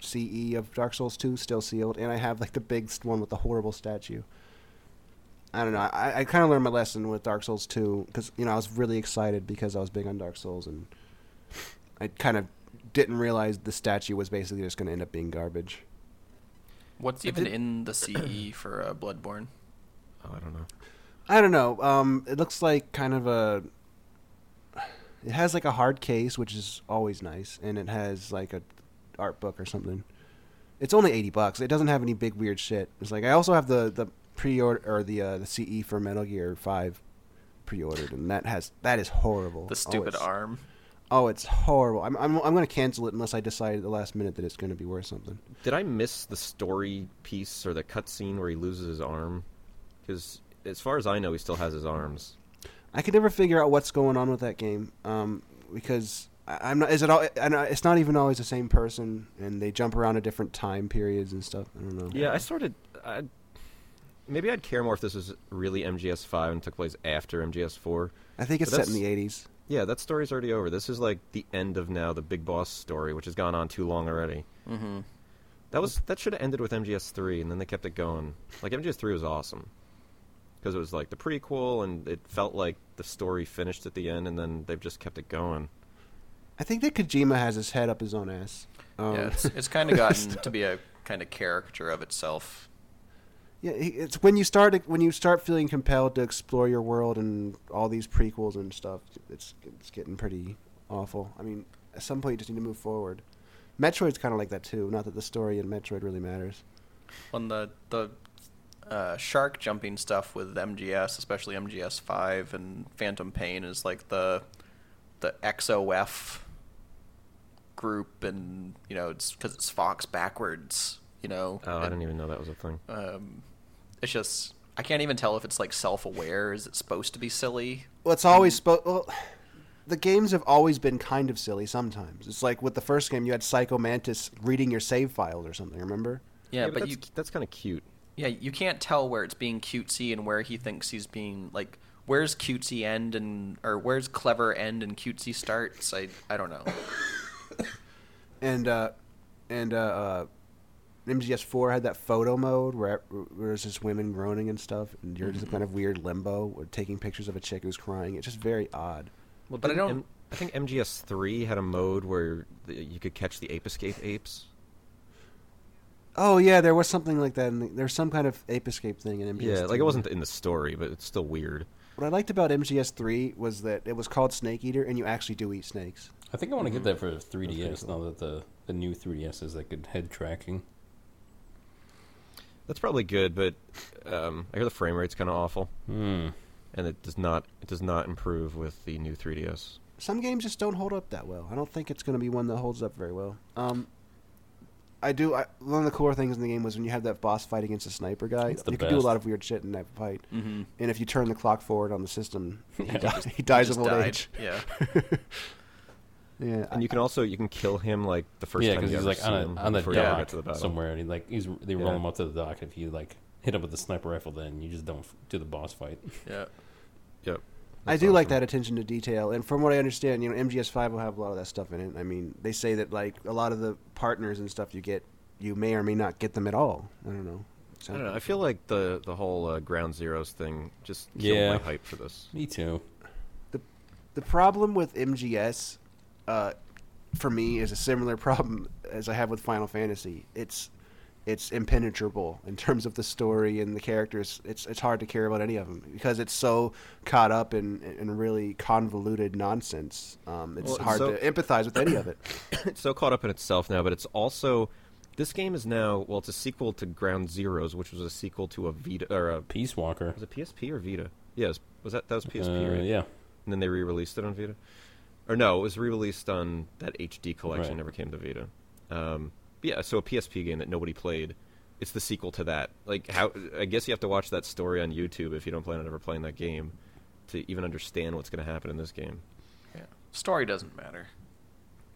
Speaker 2: ce of dark souls 2 still sealed and i have like the big st- one with the horrible statue I don't know. I, I kind of learned my lesson with Dark Souls 2 because you know I was really excited because I was big on Dark Souls and I kind of didn't realize the statue was basically just going to end up being garbage.
Speaker 3: What's even in
Speaker 2: *clears throat*
Speaker 3: the CE for uh, Bloodborne?
Speaker 1: Oh, I don't know.
Speaker 2: I don't know. Um, it looks like kind of a It has like a hard case, which is always nice, and it has like a art book or something. It's only eighty bucks. It doesn't have any big weird shit. It's like I also have the the pre-order or the uh, the CE for Metal Gear Five pre-ordered, and that has that is horrible.
Speaker 3: The
Speaker 2: Oh,
Speaker 3: stupid
Speaker 2: it's-
Speaker 3: arm.
Speaker 2: Oh, it's horrible. I'm I'm I'm gonna cancel it unless I decide at the last minute that it's gonna be worth something.
Speaker 1: Did I miss the story piece or the cutscene where he loses his arm? Because as far as I know, he still has his arms.
Speaker 2: I could never figure out what's going on with that game um, because I, I'm not. Is it all? And I- it's not even always the same person, and they jump around to different time periods and stuff. I don't know.
Speaker 1: Yeah, I sort of. I, maybe I'd care more if this was really MGS Five and took place after MGS Four.
Speaker 2: I think it's
Speaker 1: But
Speaker 2: set in
Speaker 1: that's-
Speaker 2: the '80s.
Speaker 1: Yeah, that story's already over. This is like the end of now the big boss story, which has gone on too long already. Mm-hmm. That was that should have ended with MGS three, and then they kept it going. Like MGS three was awesome because it was like the prequel, and it felt like the story finished at the end, and then they've just kept it going.
Speaker 2: I think that Kojima has his head up his own ass. Um,
Speaker 3: yeah, it's,
Speaker 2: *laughs*
Speaker 3: it's kind of gotten to be a kind of caricature of itself.
Speaker 2: Yeah, he- it's when you start when you start feeling compelled to explore your world and all these prequels and stuff. It's it's getting pretty awful. I mean, at some point you just need to move forward. Metroid's kind of like that too. Not that the story in Metroid really matters.
Speaker 3: On the the uh, shark jumping stuff with MGS, especially MGS Five and Phantom Pain, is like the the XOF group, and you know it's because it's Fox backwards. You know,
Speaker 1: Oh, I
Speaker 3: And,
Speaker 1: didn't even know that was a thing.
Speaker 3: um, it's just I can't even tell if it's like self-aware. Is it supposed to be silly?
Speaker 2: Well, it's always spo- well, the games have always been kind of silly. Sometimes it's like with the first game, you had Psycho Mantis reading your save files or something. Remember?
Speaker 3: Yeah, but,
Speaker 1: that's,
Speaker 3: you
Speaker 1: that's kind of cute.
Speaker 3: yeah you can't tell where it's being cutesy and where he thinks he's being like where's cutesy end and or where's clever end and cutesy starts. I I don't know.
Speaker 2: And uh, and uh, uh, MGS four had that photo mode where where there's just women groaning and stuff, and you're
Speaker 1: Mm-hmm.
Speaker 2: just kind of weird limbo or taking pictures of a chick who's crying. It's just very odd.
Speaker 1: Well,
Speaker 3: But I
Speaker 1: didn't
Speaker 3: don't-
Speaker 1: M- I think MGS three had a mode where the, you could catch the ape escape apes.
Speaker 2: Oh yeah, there was something like that. In the, there was some kind of ape escape thing in MGS.
Speaker 1: Yeah, like
Speaker 2: three.
Speaker 1: it wasn't in the story, but it's still weird.
Speaker 2: What I liked about MGS three was that it was called Snake Eater, and you actually do eat snakes.
Speaker 4: I think I want to
Speaker 1: Mm-hmm.
Speaker 4: get that for 3DS
Speaker 2: That's pretty
Speaker 4: now that the, the new 3DS is that good head tracking.
Speaker 1: That's probably good, but um, I hear the frame rate's kind of awful,
Speaker 4: Hmm.
Speaker 1: and it does not it does not improve with the new 3ds.
Speaker 2: some games just don't hold up that well. I don't think it's going to be one that holds up very well. Um, I do. I, one of the cooler things in the game was when you have that boss fight against the sniper guy.
Speaker 4: It's the
Speaker 2: you can do a
Speaker 4: best.
Speaker 2: lot of weird shit in that fight.
Speaker 3: Mm-hmm.
Speaker 2: And if you turn the clock forward on the
Speaker 4: *laughs*
Speaker 2: system, he,
Speaker 4: Yeah,
Speaker 2: di- he dies of old age. *laughs*
Speaker 3: Yeah.
Speaker 2: Yeah, I-
Speaker 1: And you can also you can kill him like the first
Speaker 4: yeah,
Speaker 1: time
Speaker 4: because
Speaker 1: you
Speaker 4: he's
Speaker 1: ever
Speaker 4: like
Speaker 1: see
Speaker 4: on a,
Speaker 1: him
Speaker 4: on the
Speaker 1: before you ever get
Speaker 4: dock
Speaker 1: to the battle.
Speaker 4: somewhere, and he like he's they roll
Speaker 1: Yeah.
Speaker 4: him up to the dock. And if you like hit him with the sniper rifle, then you just don't f- do the boss fight. *laughs*
Speaker 3: Yeah.
Speaker 1: Yep.
Speaker 2: I
Speaker 1: That's
Speaker 2: do like
Speaker 1: awesome.
Speaker 2: that attention to detail, and from what I understand, you know, MGS Five will have a lot of that stuff in it. I mean, they say that like a lot of the partners and stuff you get, you may or may not get them at all. I don't know.
Speaker 1: I don't know.
Speaker 4: Hmm.
Speaker 1: I feel like the the whole uh, Ground Zeroes thing just killed
Speaker 4: Yeah.
Speaker 1: my hype for this.
Speaker 4: Me too.
Speaker 2: The problem with MGS, uh, for me, is a similar *laughs* problem as I have with Final Fantasy. It's it's impenetrable in terms of the story and the characters. It's it's hard to care about any of them because it's so caught up in in really convoluted nonsense. Um, it's
Speaker 1: Well, it's
Speaker 2: hard
Speaker 1: so-
Speaker 2: to empathize with any of
Speaker 1: *coughs*
Speaker 2: it.
Speaker 1: it's so caught up in itself now, but it's also this game is now well, it's a sequel to Ground Zeroes, which was a sequel to a Vita or a
Speaker 4: Peace Walker.
Speaker 1: was it PSP or Vita? Yes, was that that was PSP?
Speaker 4: Uh,
Speaker 1: right?
Speaker 4: Yeah,
Speaker 1: And then they re-released it on Vita. Or no, it was re-released on that HD collection.
Speaker 4: Right.
Speaker 1: Never came to Vita. Um, but yeah, so a PSP game that nobody played. It's the sequel to that. Like how? I guess you have to watch that story on YouTube if you don't plan on ever playing that game to even understand what's going to happen in this game.
Speaker 3: yeah. Story doesn't matter.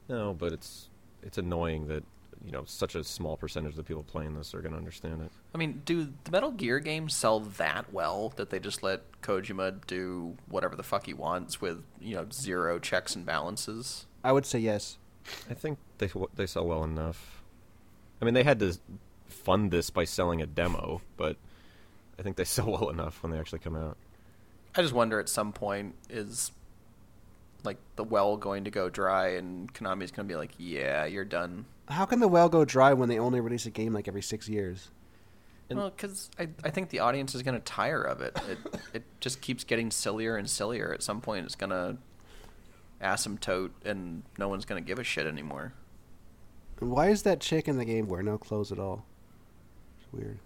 Speaker 1: No, but it's it's annoying that you know such a small percentage of the people playing this are going to understand it.
Speaker 3: I mean, do the Metal Gear games sell that well that they just let Kojima do whatever the fuck he wants with you know zero checks and balances?
Speaker 2: I would say yes.
Speaker 1: I think they they sell well enough. I mean, they had to fund this by selling a demo, but I think they *laughs* sell well enough when they actually come out.
Speaker 3: I just wonder at some point is like the well going to go dry and Konami's going to be like, yeah, you're done.
Speaker 2: How can the well go dry when they only release a game like every six years?
Speaker 1: And-
Speaker 3: well, because I, I think the audience is going to tire of it. It it just keeps getting sillier and sillier. At some point, it's going to. asymptote, and no one's gonna give a shit anymore.
Speaker 2: Why is that chick in the game wear no clothes at all? It's weird.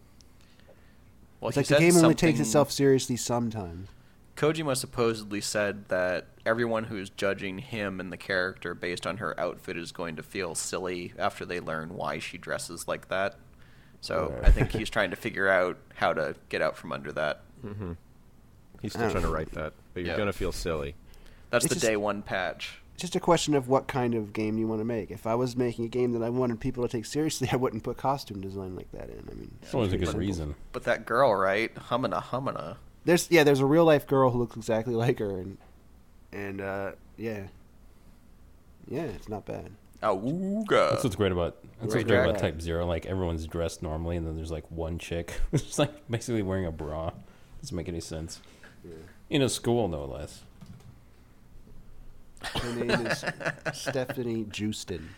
Speaker 3: Well,
Speaker 2: It's
Speaker 3: he
Speaker 2: like the
Speaker 3: said
Speaker 2: game only takes
Speaker 3: something-
Speaker 2: itself seriously sometimes.
Speaker 3: Kojima supposedly said that everyone who's judging him and the character based on her outfit is going to feel silly after they learn why she dresses like that. So I think he's trying to figure out how to get out from under
Speaker 2: *laughs*
Speaker 3: that.
Speaker 1: He's still trying to write that, but you're
Speaker 3: Yeah.
Speaker 1: gonna feel silly.
Speaker 3: That's
Speaker 2: It's
Speaker 3: the
Speaker 2: just-
Speaker 3: day one patch.
Speaker 2: It's just a question of what kind of game you want to make. If I was making a game that I wanted people to take seriously, *laughs* I wouldn't put costume design like that in. I mean,
Speaker 4: That's always a good reason.
Speaker 3: But that girl, right? Humana Humana.
Speaker 2: there's yeah, there's a real life girl who looks exactly *laughs* like her, and and uh, yeah, yeah, it's not bad.
Speaker 4: That's
Speaker 3: Awooga.
Speaker 4: what's great about that's
Speaker 2: Right,
Speaker 4: what's great
Speaker 2: right,
Speaker 4: about
Speaker 2: right.
Speaker 4: Type Zero. Like everyone's dressed normally, and then there's like one chick *laughs* who's like basically wearing a bra. Doesn't make any sense. In a school, no less.
Speaker 2: Her name is Stephanie Justin.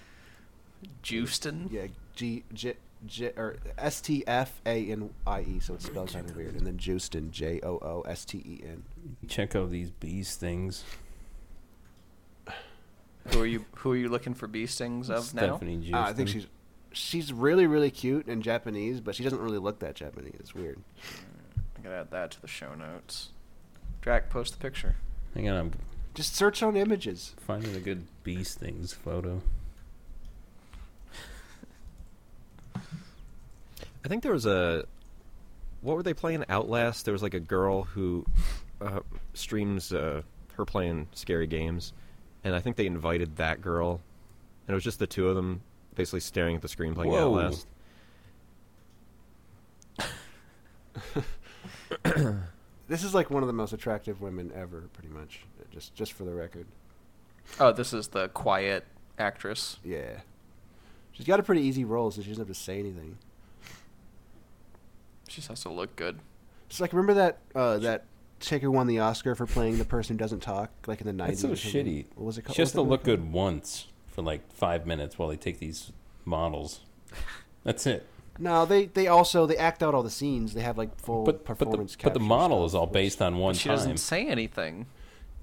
Speaker 3: Juiston.
Speaker 2: Yeah, G J J or S T F A N I E. So it's spelled kind of weird, and then Justin J O O S T E N.
Speaker 4: Check out these bees things.
Speaker 3: Who are you? Who are you looking for bee stings of now?
Speaker 4: Stephanie Justin.
Speaker 2: Uh, I think she's she's really really cute and Japanese, but she doesn't really look that Japanese. It's weird.
Speaker 3: I'm gonna add that to the show notes. Drac, post the picture.
Speaker 4: Hang on, I'm
Speaker 2: Just search on images.
Speaker 4: finding a good bees things photo.
Speaker 1: I think there was a. What were they playing? Outlast. There was like a girl who uh, streams uh, her playing scary games, and I think they invited that girl, and it was just the two of them basically staring at the screen playing
Speaker 4: Whoa.
Speaker 1: Outlast.
Speaker 2: This is like one of the most attractive women ever, pretty much. Just just for the record.
Speaker 3: Oh, this is the quiet actress.
Speaker 2: Yeah. She's got a pretty easy role, so she doesn't have to say anything.
Speaker 3: She just has to look good.
Speaker 2: It's like remember that uh, that chick who won the Oscar for playing the person who doesn't talk, like in the
Speaker 4: That's
Speaker 2: nineties.
Speaker 4: so shitty.
Speaker 2: What was it called?
Speaker 4: She has to
Speaker 2: What was
Speaker 4: look
Speaker 2: it
Speaker 4: good once for like five minutes while they take these models. That's it.
Speaker 2: called? No, they they also they act out all the scenes. They have like full
Speaker 4: But but the,
Speaker 2: performance.
Speaker 4: but the
Speaker 2: capture
Speaker 4: model
Speaker 2: stuff.
Speaker 4: is all based on one
Speaker 3: She
Speaker 4: time.
Speaker 3: doesn't say anything.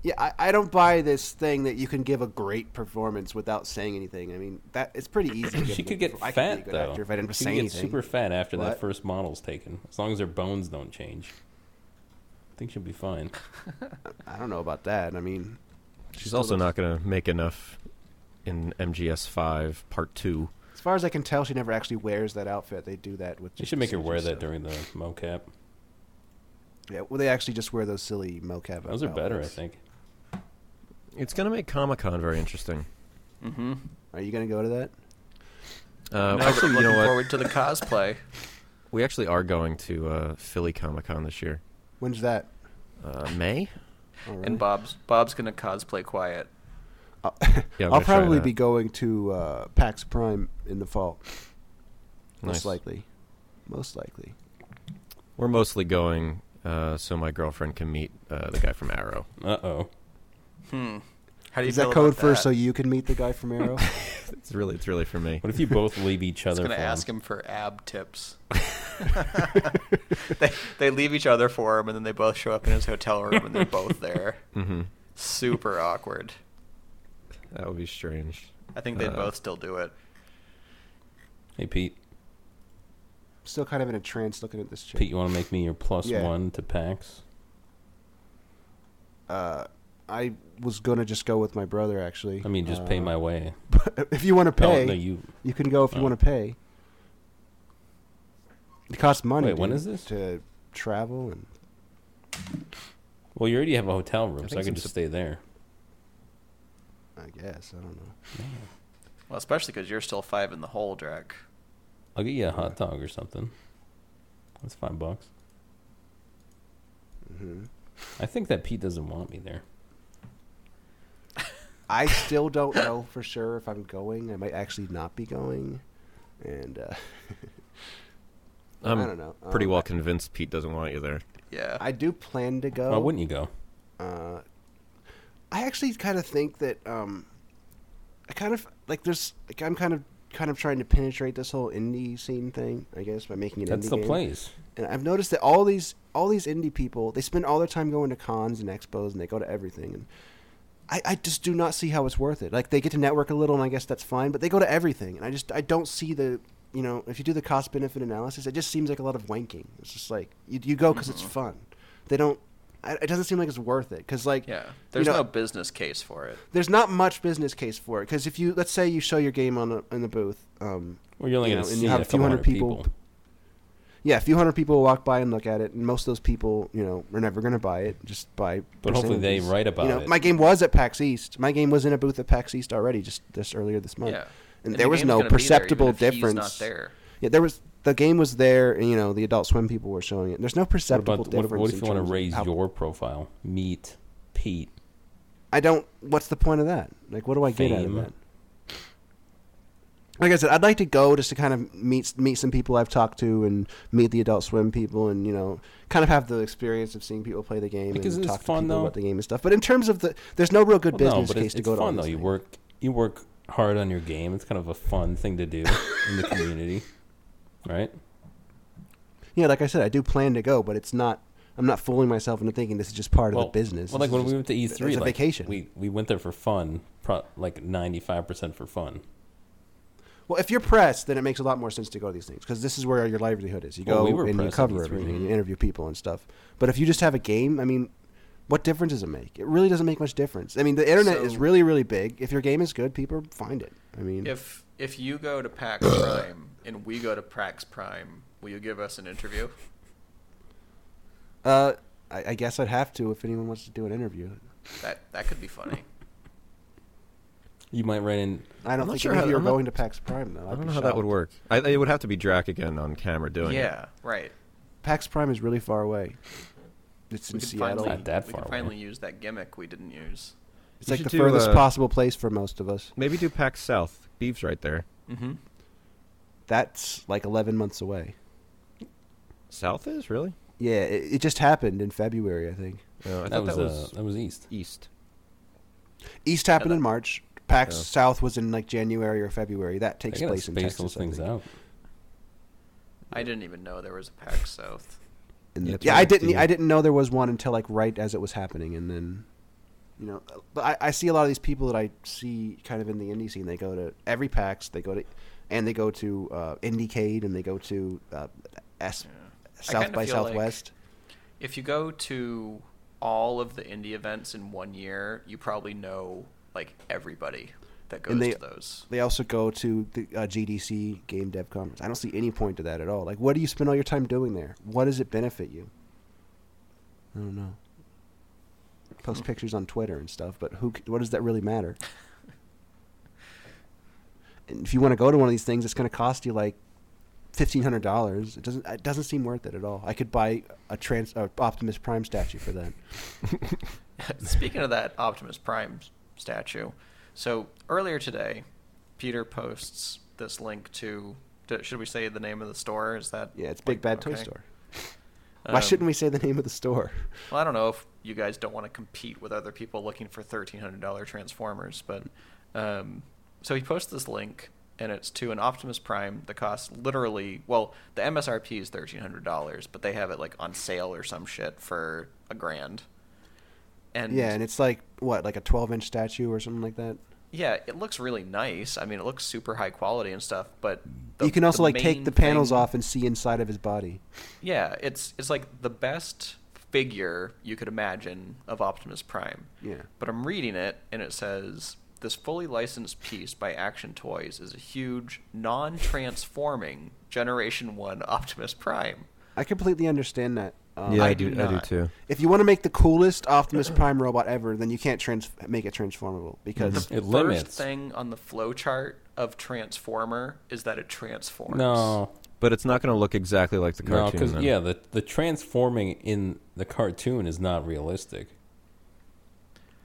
Speaker 2: Yeah, I, I don't buy this thing that you can give a great performance without saying anything. I mean, that it's pretty
Speaker 4: *clears throat*
Speaker 2: easy. To give
Speaker 4: She
Speaker 2: a
Speaker 4: could
Speaker 2: good
Speaker 4: get
Speaker 2: perfor- I could
Speaker 4: fat
Speaker 2: be a good
Speaker 4: though.
Speaker 2: Actor if I didn't
Speaker 4: she
Speaker 2: say
Speaker 4: could get
Speaker 2: anything.
Speaker 4: super fat after
Speaker 2: What?
Speaker 4: that first model's taken, as long as her bones don't change. I think she'll be fine.
Speaker 2: I don't know about that. I mean,
Speaker 1: She's also not going to make enough in MGS Five Part Two.
Speaker 2: as far as I can tell, she never actually wears that outfit. They do that with.
Speaker 4: They
Speaker 2: just
Speaker 4: should make her
Speaker 2: CG
Speaker 4: wear that
Speaker 2: stuff.
Speaker 4: during the mocap.
Speaker 2: Yeah, well, they actually just wear those silly mocap.
Speaker 4: Those are better, I
Speaker 2: outfits.
Speaker 4: think.
Speaker 1: It's going to make Comic Con very interesting.
Speaker 3: Mm-hmm.
Speaker 2: Are you gonna go to that?
Speaker 1: Uh,
Speaker 3: no,
Speaker 1: actually,
Speaker 3: but
Speaker 1: you
Speaker 3: looking
Speaker 1: know what?
Speaker 3: forward to the cosplay.
Speaker 1: We actually are going to uh, Philly Comic Con this year.
Speaker 2: When's that?
Speaker 1: Uh, May.
Speaker 2: Oh, really?
Speaker 3: And Bob's Bob's gonna cosplay quiet.
Speaker 2: I'll,
Speaker 1: Yeah, I'm
Speaker 2: I'll
Speaker 1: gonna try
Speaker 2: probably
Speaker 1: that.
Speaker 2: be going to uh, PAX Prime in the fall. Most
Speaker 1: Nice.
Speaker 2: likely. Most likely.
Speaker 1: We're mostly going uh, so my girlfriend can meet uh, the guy from Arrow.
Speaker 4: Uh oh.
Speaker 3: Hmm. How do you
Speaker 2: Is that
Speaker 3: feel
Speaker 2: code
Speaker 3: about
Speaker 2: for
Speaker 3: that?
Speaker 2: so you can meet the guy from
Speaker 4: *laughs*
Speaker 2: Arrow?
Speaker 1: It's really, it's really for me.
Speaker 4: What if you both leave each
Speaker 3: *laughs* I was
Speaker 4: other?
Speaker 3: gonna
Speaker 4: for
Speaker 3: ask him for ab tips. *laughs*
Speaker 2: *laughs*
Speaker 3: they they leave each other for him, and then they both show up in his hotel room, and they're both there.
Speaker 1: Mm-hmm.
Speaker 3: Super awkward.
Speaker 1: That would be strange.
Speaker 3: I think they'd
Speaker 1: Uh,
Speaker 3: both still do it.
Speaker 4: Hey Pete,
Speaker 2: Still kind of in a trance looking at this chick.
Speaker 4: Pete, you want to make me your plus
Speaker 2: Yeah.
Speaker 4: one to PAX?
Speaker 2: Uh, I was going to just go with my brother, actually.
Speaker 4: I mean, just pay
Speaker 2: Uh,
Speaker 4: my way.
Speaker 2: if you want to
Speaker 4: No,
Speaker 2: pay,
Speaker 4: no, you.
Speaker 2: you can go if you
Speaker 4: Oh.
Speaker 2: want to pay. It costs money.
Speaker 4: Wait, when
Speaker 2: dude,
Speaker 4: is this?
Speaker 2: To travel and
Speaker 4: Well, you already have a hotel room,
Speaker 1: I
Speaker 4: so
Speaker 1: think
Speaker 4: I could
Speaker 1: some
Speaker 4: just
Speaker 1: sup-
Speaker 4: stay there.
Speaker 2: I guess I don't know.
Speaker 3: Well, especially because you're still five in the hole, Drac.
Speaker 4: I'll get you a hot dog or something. That's five bucks.
Speaker 2: hmm
Speaker 4: I think that Pete doesn't want me there.
Speaker 2: I still
Speaker 4: *laughs*
Speaker 2: don't know for sure if I'm going. I might actually not be going, and uh, *laughs*
Speaker 1: I'm
Speaker 2: I don't know.
Speaker 1: pretty
Speaker 2: Um,
Speaker 1: well convinced Pete doesn't want you there.
Speaker 3: Yeah.
Speaker 2: I do plan to go.
Speaker 4: Why wouldn't you go?
Speaker 2: uh, I actually kind of think that um, I kind of like there's like I'm kind of kind of trying to penetrate this whole indie scene thing. I guess by making an
Speaker 4: That's
Speaker 2: indie
Speaker 4: the
Speaker 2: game.
Speaker 4: place.
Speaker 2: And I've noticed that all these all these indie people they spend all their time going to cons and expos and they go to everything and I, I just do not see how it's worth it. Like they get to network a little, and I guess that's fine. But they go to everything, and I just I don't see the you know if you do the cost benefit analysis, it just seems like a lot of wanking. It's just like you you go because it's
Speaker 3: Mm-hmm.
Speaker 2: fun. They don't. I- It doesn't seem like it's worth it because like
Speaker 3: Yeah.
Speaker 2: you
Speaker 3: There's
Speaker 2: know,
Speaker 3: no business case for it.
Speaker 2: there's not much business case for it because if you let's say you show your game on a, in the booth, um,
Speaker 4: Well, you're only
Speaker 2: you
Speaker 4: going
Speaker 2: know,
Speaker 4: to
Speaker 2: and
Speaker 4: see
Speaker 2: you have
Speaker 4: a
Speaker 2: a few
Speaker 4: couple
Speaker 2: hundred
Speaker 4: hundred people.
Speaker 2: people. yeah, a few hundred people will walk by and look at it, and most of those people, you know, are never going to buy it just by.
Speaker 4: But hopefully they
Speaker 2: percentages.
Speaker 4: write about
Speaker 2: you know,
Speaker 4: it.
Speaker 2: My game was at PAX East. My game was in a booth at PAX East already, just this earlier this month,
Speaker 3: Yeah.
Speaker 2: and,
Speaker 3: the
Speaker 2: there was
Speaker 3: game's
Speaker 2: no
Speaker 3: gonna be there, even
Speaker 2: perceptible
Speaker 3: if he's
Speaker 2: difference.
Speaker 3: not there.
Speaker 2: Yeah, there was the game was there, and you know the Adult Swim people were showing it. There's no
Speaker 4: What
Speaker 2: perceptible
Speaker 4: about what,
Speaker 2: difference.
Speaker 4: what if
Speaker 2: in
Speaker 4: you want
Speaker 2: terms of
Speaker 4: to raise
Speaker 2: how-
Speaker 4: your profile? Meet Pete.
Speaker 2: I don't. What's the point of that? Like, what do I get out of
Speaker 4: Fame.
Speaker 2: that? Like I said, I'd like to go just to kind of meet meet some people I've talked to and meet the Adult Swim people and you know kind of have the experience of seeing people play the game
Speaker 4: Because
Speaker 2: and
Speaker 4: it's
Speaker 2: talk to
Speaker 4: fun,
Speaker 2: people
Speaker 4: though.
Speaker 2: about the game and stuff. But in terms of the, there's no real good
Speaker 4: Well,
Speaker 2: business
Speaker 4: no, but
Speaker 2: case
Speaker 4: it's,
Speaker 2: to
Speaker 4: it's
Speaker 2: go to. all
Speaker 4: fun though.
Speaker 2: these
Speaker 4: You
Speaker 2: things.
Speaker 4: work you work hard on your game. It's kind of a fun thing to do in the community, *laughs* right?
Speaker 2: Yeah, like I said, I do plan to go, but it's not. I'm not fooling myself into thinking this is just part
Speaker 4: well,
Speaker 2: of the business.
Speaker 4: Well,
Speaker 2: This
Speaker 4: like
Speaker 2: is
Speaker 4: when
Speaker 2: just-
Speaker 4: we went to E3,
Speaker 2: it's a
Speaker 4: like,
Speaker 2: vacation.
Speaker 4: We we went there for fun, pro- like 95 percent for fun.
Speaker 2: Well, if you're pressed, then it makes a lot more sense to go to these things because this is where your livelihood is. You
Speaker 4: Well,
Speaker 2: go
Speaker 4: we were
Speaker 2: and you
Speaker 4: pressed at
Speaker 2: cover
Speaker 1: E
Speaker 4: E3.
Speaker 2: everything, and you interview people and stuff. But if you just have a game, I mean, what difference does it make? It really doesn't make much difference. I mean, the internet is
Speaker 3: So-
Speaker 2: really, really big. If your game is good, people find it. I mean,
Speaker 3: If if you go to PAX Prime and we go to PAX Prime, will you give us an interview?
Speaker 2: uh, I, I guess I'd have to if anyone wants to do an interview.
Speaker 3: That that could be funny.
Speaker 4: You might write in.
Speaker 2: I
Speaker 1: I'm
Speaker 2: don't
Speaker 1: not
Speaker 2: think
Speaker 1: sure
Speaker 2: any
Speaker 1: how
Speaker 2: of
Speaker 1: that-
Speaker 2: you are
Speaker 1: I'm not-
Speaker 2: going to PAX Prime though. I'd
Speaker 1: I don't
Speaker 2: be
Speaker 1: know how that would
Speaker 2: shocked.
Speaker 1: work. I, it would have to be Drac again on camera
Speaker 2: Oh,
Speaker 1: doing it.
Speaker 3: yeah, right.
Speaker 2: PAX Prime is really far away. It's in
Speaker 3: We could
Speaker 2: Seattle.
Speaker 3: finally,
Speaker 4: Not that
Speaker 3: we
Speaker 4: far
Speaker 3: could
Speaker 4: away.
Speaker 3: finally use that gimmick we didn't use.
Speaker 2: It's
Speaker 1: You
Speaker 2: like
Speaker 1: should
Speaker 2: the
Speaker 1: do,
Speaker 2: furthest
Speaker 1: uh,
Speaker 2: possible place for most of us.
Speaker 1: Maybe do PAX South. Beeves right there.
Speaker 3: Mm-hmm.
Speaker 2: That's like 11 months away.
Speaker 1: South is really.
Speaker 2: Yeah, it, it just happened in February, I think.
Speaker 1: No, I
Speaker 4: That
Speaker 1: thought
Speaker 4: was,
Speaker 1: that was
Speaker 4: uh, that was East.
Speaker 1: east.
Speaker 2: East happened
Speaker 3: Yeah,
Speaker 2: in March. PAX
Speaker 1: Yeah.
Speaker 2: South was in like January or February. That
Speaker 4: I
Speaker 2: takes
Speaker 4: gotta
Speaker 2: place in
Speaker 4: space
Speaker 2: Texas.
Speaker 4: those
Speaker 2: I
Speaker 4: things
Speaker 2: think.
Speaker 4: out.
Speaker 3: I didn't even know there was a PAX South.
Speaker 2: And
Speaker 1: You
Speaker 2: the- yeah, I
Speaker 1: turned
Speaker 2: didn't.
Speaker 1: the-
Speaker 2: I didn't know there was one until like right as it was happening, and then, you know, but I, I see a lot of these people that I see kind of in the indie scene. They go to every PAX. They go to, and they go to uh, IndieCade, and they go to uh, S, South
Speaker 3: kinda
Speaker 2: by
Speaker 3: feel like-
Speaker 2: Southwest.
Speaker 3: If you go to all of the indie events in one year, you probably know like everybody that goes
Speaker 2: And they-
Speaker 3: to those. *laughs*
Speaker 2: They also go to the uh, GDC Game Dev Conference. I don't see any point to that at all. Like, what do you spend all your time doing there? What does it benefit you? I don't know. Post
Speaker 3: Hmm.
Speaker 2: pictures on Twitter and stuff, but who? c- What does that really
Speaker 3: *laughs*
Speaker 2: matter? and if you want to go to one of these things, it's going to cost you like fifteen hundred dollars. It doesn't. It doesn't seem worth it at all. I could buy a trans uh, Optimus Prime statue for
Speaker 3: *laughs*
Speaker 2: that.
Speaker 3: Speaking of that Optimus Prime statue, so earlier today, Peter posts this link to. d- Should we say the name of the store? Is that
Speaker 2: Yeah, it's Big Bad Toy
Speaker 3: okay.
Speaker 2: Store. Why
Speaker 3: Um,
Speaker 2: shouldn't we say the name of the store?
Speaker 3: Well, I don't know if you guys don't want to compete with other people looking for thirteen hundred dollar Transformers, but um, so he posts this link, and it's to an Optimus Prime that costs literally well, the MSRP is thirteen hundred dollars, but they have it like on sale or some shit for a grand. And
Speaker 2: Yeah, and it's like what, like a twelve-inch statue or something like that.
Speaker 3: yeah, it looks really nice. I mean, it looks super high quality and stuff, but the-
Speaker 2: you can also
Speaker 3: the
Speaker 2: like take
Speaker 3: main
Speaker 2: the panels
Speaker 3: thing-
Speaker 2: off and see inside of his body.
Speaker 3: Yeah, it's it's like the best figure you could imagine of Optimus Prime.
Speaker 2: Yeah.
Speaker 3: But I'm reading it and it says this fully licensed piece by Action Toys is a huge non-transforming Generation 1 Optimus Prime.
Speaker 2: I completely understand that. Um,
Speaker 1: yeah,
Speaker 3: I
Speaker 1: I,
Speaker 3: do
Speaker 1: do. I do
Speaker 3: not.
Speaker 1: too.
Speaker 2: If you want to make the coolest Optimus Prime robot ever, then you can't trans- make it transformable because
Speaker 4: It
Speaker 3: First
Speaker 4: limits.
Speaker 3: thing on the flowchart of Transformer is that it transforms.
Speaker 4: No,
Speaker 1: But it's not going to look exactly like the
Speaker 4: no,
Speaker 1: cartoon.
Speaker 4: because
Speaker 1: then.
Speaker 4: yeah, the the transforming in the cartoon is not realistic.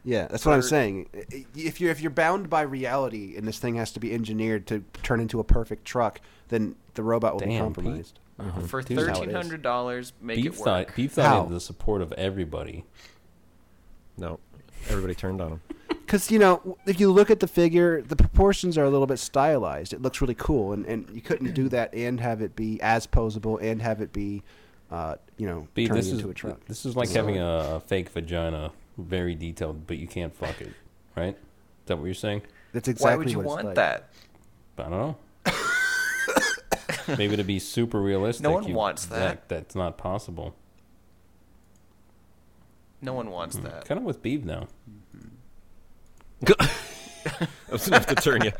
Speaker 2: yeah, that's what I'm
Speaker 3: For-
Speaker 2: saying. I- i- If you're if you're bound by reality and this thing has to be engineered to turn into a perfect truck, then the robot will be
Speaker 4: Damn, Pete.
Speaker 2: compromised.
Speaker 3: For
Speaker 2: Here's how it
Speaker 3: thirteen
Speaker 2: is.
Speaker 3: hundred dollars, make
Speaker 4: Beef
Speaker 3: it work.
Speaker 4: thought Beef
Speaker 2: How?
Speaker 4: thought in the support of everybody.
Speaker 1: No, everybody turned on him.
Speaker 2: Because you know, if you look at the figure, the proportions are a little bit stylized. It looks really cool, and, and you couldn't do that and have it be as posable and have it be, uh, you know,
Speaker 4: Beef,
Speaker 2: turning
Speaker 4: this is
Speaker 2: into a truck.
Speaker 4: this is like
Speaker 2: Sorry.
Speaker 4: having a, a fake vagina, very detailed, but you can't fuck it. right? Is that what you're saying?
Speaker 5: That's
Speaker 3: Why
Speaker 5: exactly
Speaker 3: would you
Speaker 5: what it's
Speaker 3: want
Speaker 5: like.
Speaker 3: that?
Speaker 4: I don't know. Maybe to be super realistic.
Speaker 3: No one
Speaker 4: you-
Speaker 3: wants that.
Speaker 4: That's not possible.
Speaker 3: No one wants that.
Speaker 4: Kind of with Beeb though.
Speaker 1: *laughs* That was enough to turn you.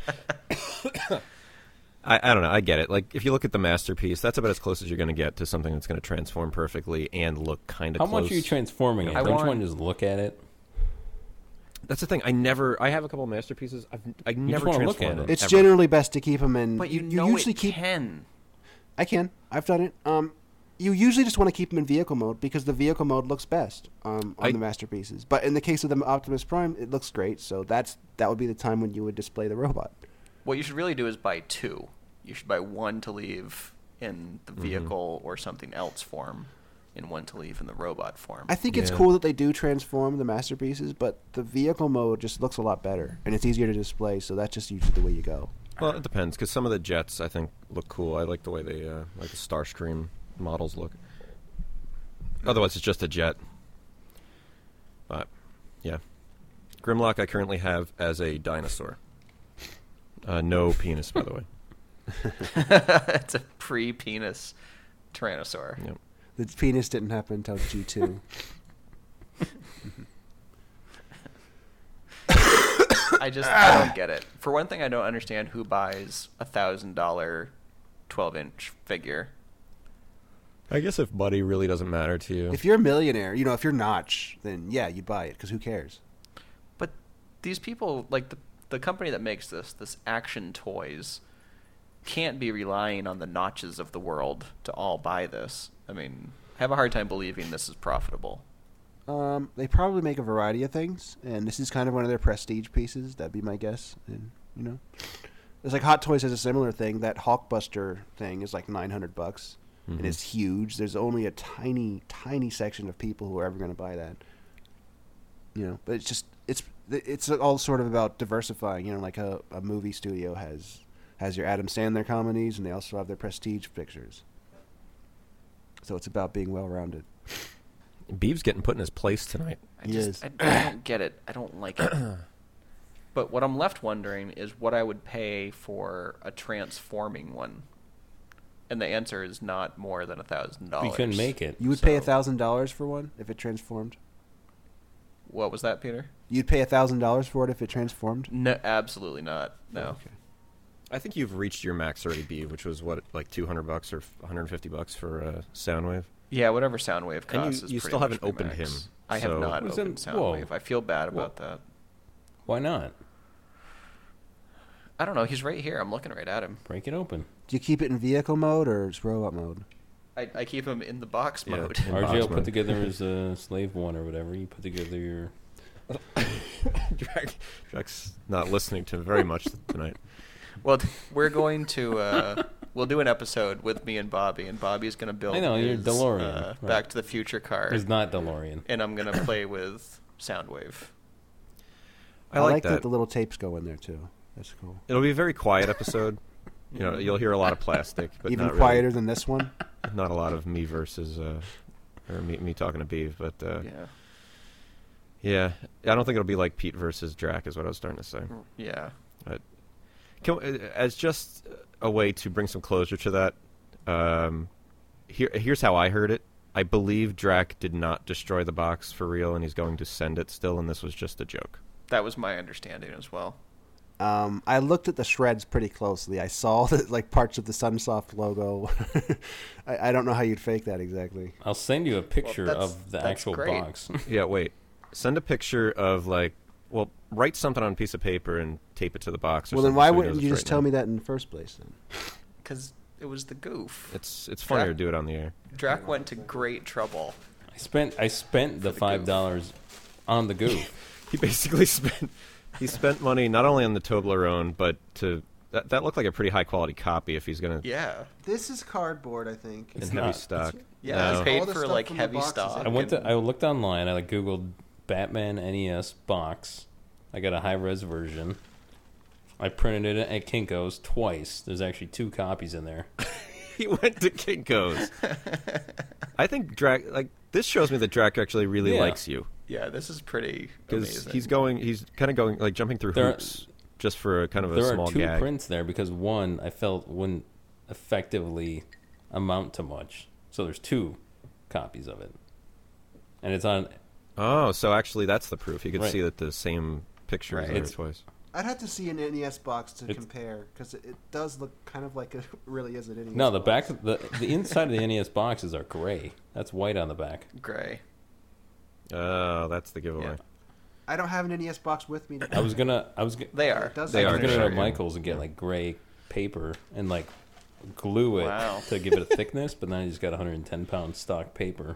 Speaker 1: I, I don't know. I get it. Like, if you look at the masterpiece, that's about as close as you're going to get to something that's going to transform perfectly and look kind of
Speaker 4: How
Speaker 1: close.
Speaker 4: much are you transforming it?
Speaker 3: I
Speaker 4: Don't you
Speaker 3: want-
Speaker 4: want to just look at it?
Speaker 1: That's the thing. I never. I have a couple masterpieces. I've I never
Speaker 4: wanna look
Speaker 1: transformed
Speaker 4: at
Speaker 1: them,
Speaker 4: it.
Speaker 2: It's
Speaker 1: ever.
Speaker 2: generally best to keep them in.
Speaker 3: But you, know
Speaker 2: usually
Speaker 3: it
Speaker 2: keep.
Speaker 3: can.
Speaker 2: I can. I've done it. Um, you usually just want to keep them in vehicle mode because the vehicle mode looks best um, on
Speaker 1: I-
Speaker 2: the masterpieces. But in the case of the Optimus Prime, it looks great. So that's that would be the time when you would display the robot.
Speaker 3: What you should really do is buy two. You should buy one to leave in the vehicle or something else form, and one to leave in the robot form.
Speaker 2: I think it's
Speaker 1: Yeah.
Speaker 2: cool that they do transform the masterpieces, but the vehicle mode just looks a lot better and it's easier to display. So that's just usually the way you go.
Speaker 1: Well, it depends because some of the jets I think look cool. I like the way they uh, like the Starscream models look. Otherwise, it's just a jet. But yeah, Grimlock I currently have as a dinosaur. Uh, *laughs* no penis, by the way.
Speaker 3: *laughs* it's a pre-penis tyrannosaur.
Speaker 1: Yep.
Speaker 2: The penis didn't happen until G two.
Speaker 3: I just I don't get it. For one thing, I don't understand who buys a thousand dollar, twelve inch figure.
Speaker 1: I guess if Buddy really doesn't matter to you,
Speaker 2: *laughs* if you're a millionaire, you know, if you're Notch, then yeah, you'd buy it because who cares?
Speaker 3: But these people, like the the company that makes this, this Action Toys, can't be relying on the notches of the world to all buy this. I mean, I have a hard time believing this is profitable.
Speaker 2: Um, they probably make a variety of things, and this is kind of one of their prestige pieces. That'd be my guess. And you know, it's like Hot Toys has a similar thing. That Hawkbuster thing is like nine hundred bucks, and it's huge. There's only a tiny, tiny section of people who are ever going to buy that. You know, but it's just it's it's all sort of about diversifying. You know, like a, a movie studio has has your Adam Sandler comedies, and they also have their prestige pictures. So it's about being well rounded.
Speaker 1: Beeb's getting put in his place tonight.
Speaker 3: I
Speaker 2: He
Speaker 3: just
Speaker 2: is.
Speaker 3: I, I don't get it. I don't
Speaker 2: *coughs*
Speaker 3: like it. but what I'm left wondering is what I would pay for a transforming one. And the answer is not more than a thousand dollars.
Speaker 4: You couldn't make it.
Speaker 2: You would pay a
Speaker 3: So-
Speaker 2: thousand dollars for one if it transformed.
Speaker 3: What was that, Peter?
Speaker 2: You'd pay a thousand dollars for it if it transformed.
Speaker 3: No, absolutely not. No.
Speaker 1: I think you've reached your max already, Beeb, which was what like two hundred bucks or one hundred fifty bucks for uh, *laughs* Soundwave.
Speaker 3: Yeah, whatever Soundwave costs
Speaker 1: And you-
Speaker 3: is
Speaker 1: you
Speaker 3: pretty
Speaker 1: still
Speaker 3: much
Speaker 1: haven't
Speaker 3: my
Speaker 1: opened
Speaker 3: max.
Speaker 1: him,
Speaker 3: I have
Speaker 1: so-
Speaker 3: not
Speaker 4: Was that-
Speaker 3: opened
Speaker 4: whoa.
Speaker 3: Soundwave. I feel bad about that.
Speaker 4: Why not?
Speaker 3: I don't know. He's right here. I'm looking right at him.
Speaker 4: Break it open.
Speaker 2: Do you keep it in vehicle mode or just robot mode?
Speaker 3: I, I keep him in the box
Speaker 1: Yeah.
Speaker 3: mode. *laughs*
Speaker 1: In box
Speaker 4: RJ will put
Speaker 1: mode.
Speaker 4: together his uh, slave one or whatever. You put together your.
Speaker 1: Jack, Jack's not listening to very much tonight.
Speaker 3: Well, th- we're going to uh, we'll do an episode with me and Bobby, and Bobby's going to build.
Speaker 4: I know, your
Speaker 3: his,
Speaker 4: DeLorean,
Speaker 3: uh,
Speaker 4: right.
Speaker 3: Back to the Future car,
Speaker 4: It's not DeLorean.
Speaker 3: and I'm going to play with Soundwave.
Speaker 1: I, like,
Speaker 2: that.
Speaker 1: that.
Speaker 2: the little tapes go in there too. That's cool.
Speaker 1: It'll be a very quiet episode. you know, you'll hear a lot of plastic, but
Speaker 2: Even
Speaker 1: not
Speaker 2: quieter than this one.
Speaker 1: *laughs* Really, not a lot of me versus uh, or me, me talking to Beeve. But uh, yeah.
Speaker 3: Yeah,
Speaker 1: I don't think it'll be like Pete versus Drac is what I was starting to say.
Speaker 3: yeah.
Speaker 1: Can, we- as just a way to bring some closure to that, um, here, here's how I heard it. I believe Drac did not destroy the box for real, and he's going to send it still, and this was just a joke.
Speaker 3: That was my understanding as well.
Speaker 2: Um, I looked at the shreds pretty closely. I saw that like parts of the Sunsoft logo. *laughs* I, I don't know how you'd fake that exactly.
Speaker 4: I'll send you a picture
Speaker 3: that's-
Speaker 4: of the
Speaker 3: that's
Speaker 4: actual
Speaker 3: great.
Speaker 4: box.
Speaker 1: Yeah, wait. Send a picture of like, well, write something on a piece of paper and tape it to the box. Or
Speaker 2: well, then
Speaker 1: something
Speaker 2: why
Speaker 1: so he
Speaker 2: wouldn't
Speaker 1: knows
Speaker 2: you
Speaker 1: it's
Speaker 2: just
Speaker 1: right
Speaker 2: tell
Speaker 1: now.
Speaker 2: me that in the first place? Then
Speaker 3: Because it was the goof.
Speaker 1: It's it's funnier
Speaker 3: Drac-
Speaker 1: to do it on the air. *laughs*
Speaker 3: Drac went to great trouble.
Speaker 4: I spent I spent the
Speaker 3: the
Speaker 4: five
Speaker 3: goof.
Speaker 4: dollars on
Speaker 3: *laughs*
Speaker 4: the goof.
Speaker 1: He basically spent he spent money not only on the Toblerone, but to that, that looked like a pretty high quality copy. If he's gonna
Speaker 3: Yeah,
Speaker 2: this is cardboard, I think.
Speaker 1: in
Speaker 4: It's
Speaker 1: heavy
Speaker 4: not.
Speaker 1: stock.
Speaker 3: yeah.
Speaker 1: No.
Speaker 3: He paid
Speaker 2: All the
Speaker 3: for
Speaker 2: stuff
Speaker 3: like
Speaker 2: from the
Speaker 3: heavy
Speaker 2: boxes,
Speaker 3: stock.
Speaker 2: I
Speaker 4: I went to
Speaker 3: and-
Speaker 4: I looked online. I like googled Batman NES box. I got a high res version. I printed it at Kinko's twice. There's actually two copies in there.
Speaker 1: *laughs* he went to
Speaker 4: *laughs*
Speaker 1: Kinko's. I think Drac like this shows me that Drac actually really
Speaker 4: Yeah.
Speaker 1: likes you.
Speaker 3: Yeah, this is pretty
Speaker 1: because
Speaker 3: amazing.
Speaker 1: he's going, he's kind of going like jumping through
Speaker 4: There are-
Speaker 1: hoops just for a, kind of a
Speaker 4: there
Speaker 1: small
Speaker 4: are two
Speaker 1: gag.
Speaker 4: prints there because one I felt wouldn't effectively amount to much. So there's two copies of it, and it's on.
Speaker 1: Oh, so actually that's the proof. You can
Speaker 4: Right.
Speaker 1: see that the same picture
Speaker 4: Right.
Speaker 1: is there
Speaker 4: It's-
Speaker 1: twice.
Speaker 2: I'd have to see an NES box to
Speaker 4: It's-
Speaker 2: compare because it, it does look kind of like it *laughs* really is an E NES.
Speaker 4: No, the
Speaker 2: box.
Speaker 4: back, the the inside of the *laughs* NES boxes are gray. That's white on the back.
Speaker 3: gray.
Speaker 1: Oh, that's the giveaway.
Speaker 3: Yeah.
Speaker 2: I don't have an NES box with me.
Speaker 4: I was gonna, I was, g-
Speaker 3: They are.
Speaker 2: It does
Speaker 1: They
Speaker 4: I
Speaker 2: look
Speaker 4: was
Speaker 1: are
Speaker 4: gonna
Speaker 1: sure,
Speaker 4: go to
Speaker 1: yeah.
Speaker 4: Michaels and get like gray paper and like glue it
Speaker 3: Wow.
Speaker 4: to give it a thickness, but then I just got 110 pound stock paper.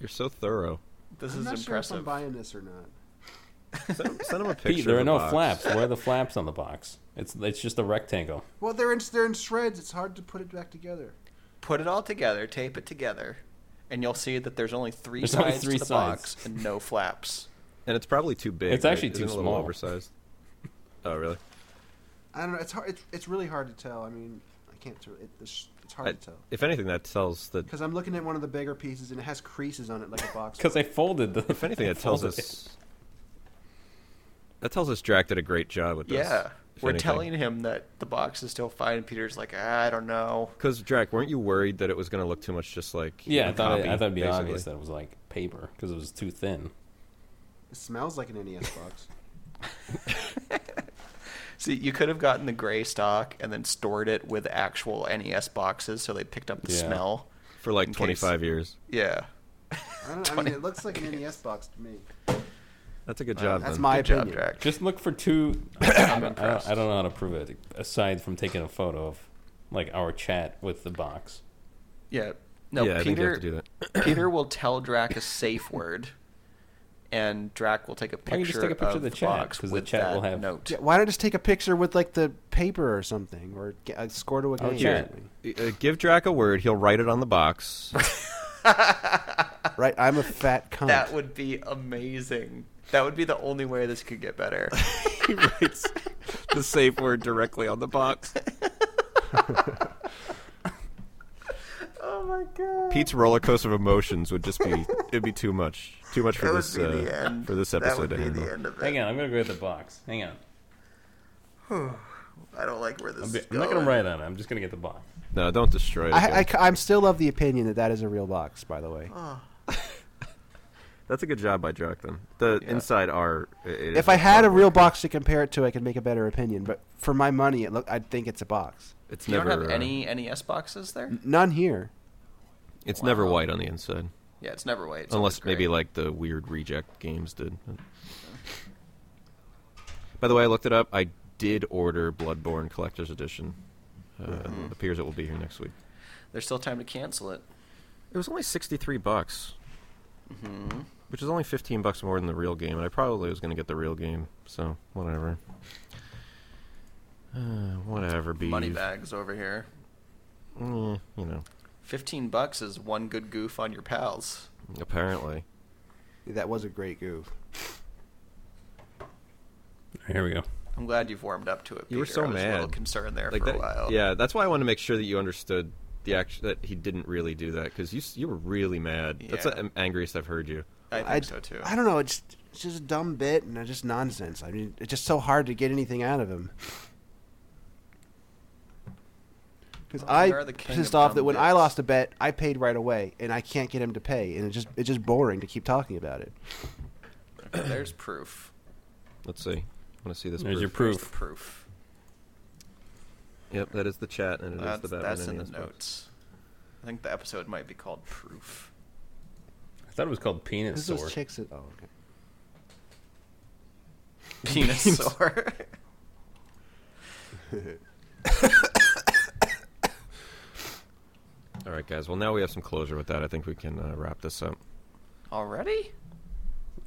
Speaker 1: You're so thorough.
Speaker 3: This
Speaker 2: I'm
Speaker 3: is
Speaker 2: not sure if I'm
Speaker 3: impressive.
Speaker 2: buying this or not.
Speaker 1: Send, send him a picture.
Speaker 4: *laughs* Pete, there
Speaker 1: of
Speaker 4: are
Speaker 1: the
Speaker 4: no
Speaker 1: box.
Speaker 4: flaps. Where are the flaps on the box? It's it's just a rectangle.
Speaker 2: Well, they're in they're in shreds. It's hard to put it back together.
Speaker 3: Put it all together, tape it together, and you'll see that there's only three
Speaker 4: There's
Speaker 3: sides
Speaker 4: only three
Speaker 3: to the
Speaker 4: sides.
Speaker 3: box and
Speaker 1: *laughs*
Speaker 3: no flaps.
Speaker 1: And it's probably too big.
Speaker 4: It's
Speaker 1: right?
Speaker 4: actually
Speaker 1: Isn't
Speaker 4: too
Speaker 1: it a little
Speaker 4: small. *laughs*
Speaker 1: oversized. Oh, really?
Speaker 2: I don't know. It's hard. It's, it's really hard to tell. I mean, I can't. tell- It, it's, it's hard
Speaker 1: I-
Speaker 2: to tell
Speaker 1: If anything, that tells that.
Speaker 2: because I'm looking at one of the bigger pieces and it has creases on it like
Speaker 3: *laughs*
Speaker 2: a box.
Speaker 4: Because I folded the.
Speaker 1: If anything,
Speaker 4: I
Speaker 1: that tells
Speaker 4: *laughs* folded
Speaker 1: us. That tells us Jack did a great job with this.
Speaker 3: yeah. We're telling him that the box is still fine, and Peter's like, "Ah, I don't know.
Speaker 1: Because Jack, weren't you worried that it was going to look too much just like?
Speaker 4: it. Yeah,
Speaker 1: a
Speaker 4: I thought, it,
Speaker 1: copy,
Speaker 4: I thought it'd be
Speaker 1: basically?
Speaker 4: obvious that it was like paper because it was too thin.
Speaker 2: It smells like an NES box.
Speaker 3: See, you could have gotten the gray stock and then stored it with actual NES boxes so they picked up the
Speaker 4: Yeah.
Speaker 3: smell.
Speaker 1: for like
Speaker 3: In case.
Speaker 1: 25 years.
Speaker 3: Yeah.
Speaker 2: I don't. know. I mean, it looks like an NES box to me.
Speaker 1: That's a good job.
Speaker 2: That's
Speaker 1: then.
Speaker 2: my
Speaker 3: Good job,
Speaker 2: opinion.
Speaker 3: Jack.
Speaker 4: Just look for two. I, don't, I
Speaker 3: impressed.
Speaker 4: don't know how to prove it aside from taking a photo of like our chat with the box.
Speaker 3: Yeah. No,
Speaker 1: yeah, I think you
Speaker 3: Peter
Speaker 1: have to do that.
Speaker 3: Peter will tell Drac a safe word, and Drac will take a
Speaker 4: Why don't you just
Speaker 3: picture,
Speaker 4: take a picture of
Speaker 3: of
Speaker 4: the
Speaker 3: the
Speaker 4: chat?
Speaker 3: box
Speaker 4: 'Cause the
Speaker 3: with
Speaker 4: chat
Speaker 3: that
Speaker 4: will have-
Speaker 3: note.
Speaker 2: Yeah, why not just take a picture with like the paper or something, or get a score
Speaker 3: Oh,
Speaker 2: to a game?
Speaker 4: yeah.
Speaker 2: or something?
Speaker 1: Uh, give Drac a word. He'll write it on the box.
Speaker 2: Right, I'm a fat cunt.
Speaker 3: *laughs* That would be amazing. That would be the only way this could get better.
Speaker 1: he writes *laughs* the safe word directly on the box.
Speaker 3: *laughs* oh my god.
Speaker 1: Pete's roller coaster of emotions would just be it'd be too much. Too much for
Speaker 3: That would
Speaker 1: this
Speaker 3: be the
Speaker 1: uh,
Speaker 3: end.
Speaker 1: for this
Speaker 3: That
Speaker 1: episode to
Speaker 3: would be
Speaker 1: handle.
Speaker 3: the end of
Speaker 4: Hang
Speaker 3: it.
Speaker 4: on, I'm gonna go with the box. Hang on.
Speaker 3: I don't like where this
Speaker 4: I'm,
Speaker 3: is
Speaker 4: be- I'm not gonna write on it. I'm just gonna get the box.
Speaker 1: No, don't destroy it.
Speaker 2: I,
Speaker 1: again.
Speaker 2: I, am still of the opinion that that is a real box, by the way.
Speaker 1: That's a good job by Drac then. The
Speaker 3: Yeah.
Speaker 1: inside are it is
Speaker 2: if I had a
Speaker 1: cardboard.
Speaker 2: real box to compare it to, I could make a better opinion. But for my money, it look I think it's a box.
Speaker 1: it's
Speaker 3: You
Speaker 1: never
Speaker 3: don't have
Speaker 1: uh,
Speaker 3: any NES boxes there?
Speaker 2: None here.
Speaker 1: it's never white on the inside.
Speaker 3: Yeah, it's never white. It's always
Speaker 1: Unless
Speaker 3: gray.
Speaker 1: maybe like the weird reject games did. By the way, I looked it up. I did order Bloodborne Collector's Edition. Uh, Appears it will be here next week.
Speaker 3: there's still time to cancel it.
Speaker 1: It was only sixty-three bucks, which is only fifteen bucks more than the real game. And I probably was going to get the real game, so whatever. Uh, whatever, be
Speaker 3: Money bags over here.
Speaker 1: you know.
Speaker 3: Fifteen bucks is one good goof on your pals.
Speaker 1: Apparently,
Speaker 2: That was a great goof.
Speaker 4: Here we go.
Speaker 3: I'm glad you've warmed up to it.
Speaker 1: You were
Speaker 3: Peter.
Speaker 1: so
Speaker 3: I was A little
Speaker 1: mad.
Speaker 3: concerned there
Speaker 1: like
Speaker 3: for
Speaker 1: that,
Speaker 3: a while.
Speaker 1: yeah. That's why I wanted to make sure that you understood the act that he didn't really do that because you s- you were really mad. That's
Speaker 3: Yeah.
Speaker 1: the am- angriest I've heard you.
Speaker 3: I think
Speaker 2: I,
Speaker 3: so too.
Speaker 2: I don't know. It's it's just a dumb bit and it's just nonsense. I mean, it's just so hard to get anything out of him. Because
Speaker 3: Well, you
Speaker 2: I
Speaker 3: are the king
Speaker 2: pissed
Speaker 3: of
Speaker 2: off
Speaker 3: dumb
Speaker 2: that when I
Speaker 3: bits.
Speaker 2: lost a bet, I paid right away, and I can't get him to pay, and it's just it's just boring to keep talking about it.
Speaker 3: Okay, there's proof.
Speaker 1: Let's see. I want to see this.
Speaker 4: There's your
Speaker 1: proof.
Speaker 3: There's the
Speaker 4: proof.
Speaker 3: proof.
Speaker 1: Yep, that is the chat, and it is
Speaker 3: That's,
Speaker 1: the Batman.
Speaker 3: that's in the
Speaker 1: NES box.
Speaker 3: notes. I think the episode might be called
Speaker 1: *laughs*
Speaker 3: Proof.
Speaker 4: I thought it was called penis
Speaker 2: This
Speaker 4: sword.
Speaker 2: was chicks. That, oh, okay.
Speaker 3: Penisaur.
Speaker 1: All right, guys. Well, now we have some closure with that. I think we can uh, wrap this up.
Speaker 3: *laughs* Already?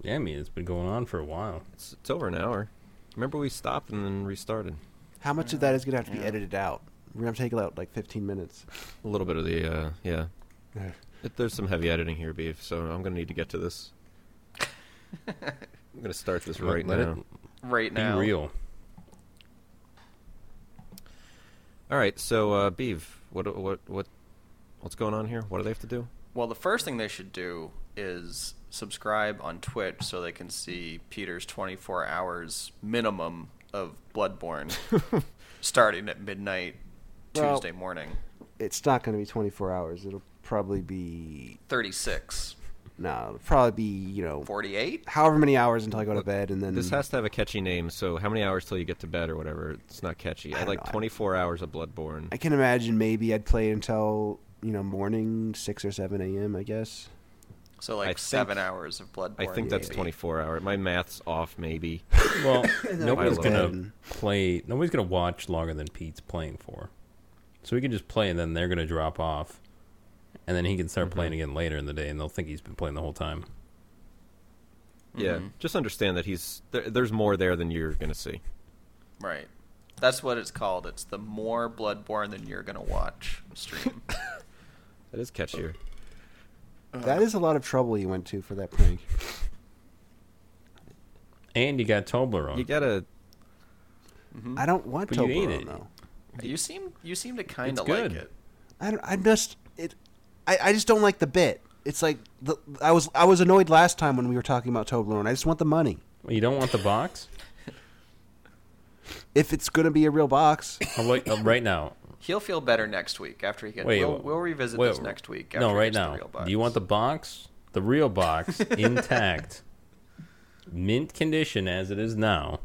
Speaker 4: Yeah, I mean it's been going on for a while.
Speaker 1: It's, it's over an hour. Remember, we stopped and then restarted.
Speaker 2: How much
Speaker 3: Uh,
Speaker 2: of that is going to have to be edited out? We're going to take out like 15
Speaker 3: *sighs* *laughs*
Speaker 2: minutes. *sighs*
Speaker 1: A little bit of the uh, yeah. It, there's some heavy editing here, beef. So I'm gonna need to get to this. I'm gonna start this right
Speaker 4: Let
Speaker 1: now.
Speaker 4: it
Speaker 3: Right
Speaker 4: be
Speaker 3: now.
Speaker 4: real.
Speaker 1: All right, so uh, Beav, what what what what's going on here? What do they have to do?
Speaker 3: Well, the first thing they should do is subscribe on Twitch so they can see Peter's 24 hours minimum of
Speaker 1: *laughs*
Speaker 3: Bloodborne starting at midnight
Speaker 2: Well-
Speaker 3: Tuesday morning.
Speaker 2: It's not going to be 24 hours. It'll probably be
Speaker 3: 36,
Speaker 2: no, it'll probably be you know
Speaker 3: 48?
Speaker 2: however many hours until I go to bed, and then
Speaker 1: This has to have a catchy name. So how many hours till you get to bed or whatever? It's not catchy. I,
Speaker 2: don't
Speaker 1: like
Speaker 2: know. I-
Speaker 1: 24 hours of Bloodborne.
Speaker 2: I can imagine maybe I'd play until you know morning six or seven a.m. I guess.
Speaker 3: So
Speaker 1: I
Speaker 3: like
Speaker 1: think-
Speaker 3: 7 hours of Bloodborne.
Speaker 1: I think
Speaker 3: would
Speaker 1: that's
Speaker 3: be-
Speaker 1: 24 hour. My math's off, maybe.
Speaker 4: Well, nobody's
Speaker 1: I
Speaker 4: gonna
Speaker 1: love
Speaker 4: play. Nobody's gonna watch longer than Pete's playing for. So we can just play, and then they're gonna drop off, and then he can start playing
Speaker 3: Mm-hmm.
Speaker 4: again later in the day, and they'll think he's been playing the whole time.
Speaker 1: Yeah, just understand that he's there, there's more there than you're gonna see.
Speaker 3: Right. That's what it's called. It's the more Bloodborne than you're going to watch
Speaker 4: *laughs*
Speaker 3: stream.
Speaker 1: That is catchier.
Speaker 4: Uh-huh.
Speaker 2: that is a lot of trouble you went to for that prank.
Speaker 4: Mm-hmm. And you got Toblerone.
Speaker 1: You gotta.
Speaker 2: I don't want
Speaker 4: But
Speaker 2: Toblerone
Speaker 4: you ate it.
Speaker 2: though.
Speaker 3: you seem you seem to kind
Speaker 4: It's
Speaker 3: of like
Speaker 4: good.
Speaker 3: it.
Speaker 2: I don't. I just it. I, I just don't like the bit. It's like the, I was I was annoyed last time when we were talking about Toblerone. I just want the money.
Speaker 4: you don't want the box?
Speaker 2: If it's gonna be a real box,
Speaker 4: I'll wait- uh, right
Speaker 3: *coughs*
Speaker 4: now.
Speaker 3: He'll feel better next week after he gets.
Speaker 4: Wait,
Speaker 3: we'll,
Speaker 4: wait,
Speaker 3: we'll revisit
Speaker 4: wait,
Speaker 3: this next week. After
Speaker 4: no,
Speaker 3: he
Speaker 4: right
Speaker 3: gets the
Speaker 4: now.
Speaker 3: real box.
Speaker 4: Do you want the box, the real
Speaker 3: *laughs*
Speaker 4: box, intact, mint condition as it is now,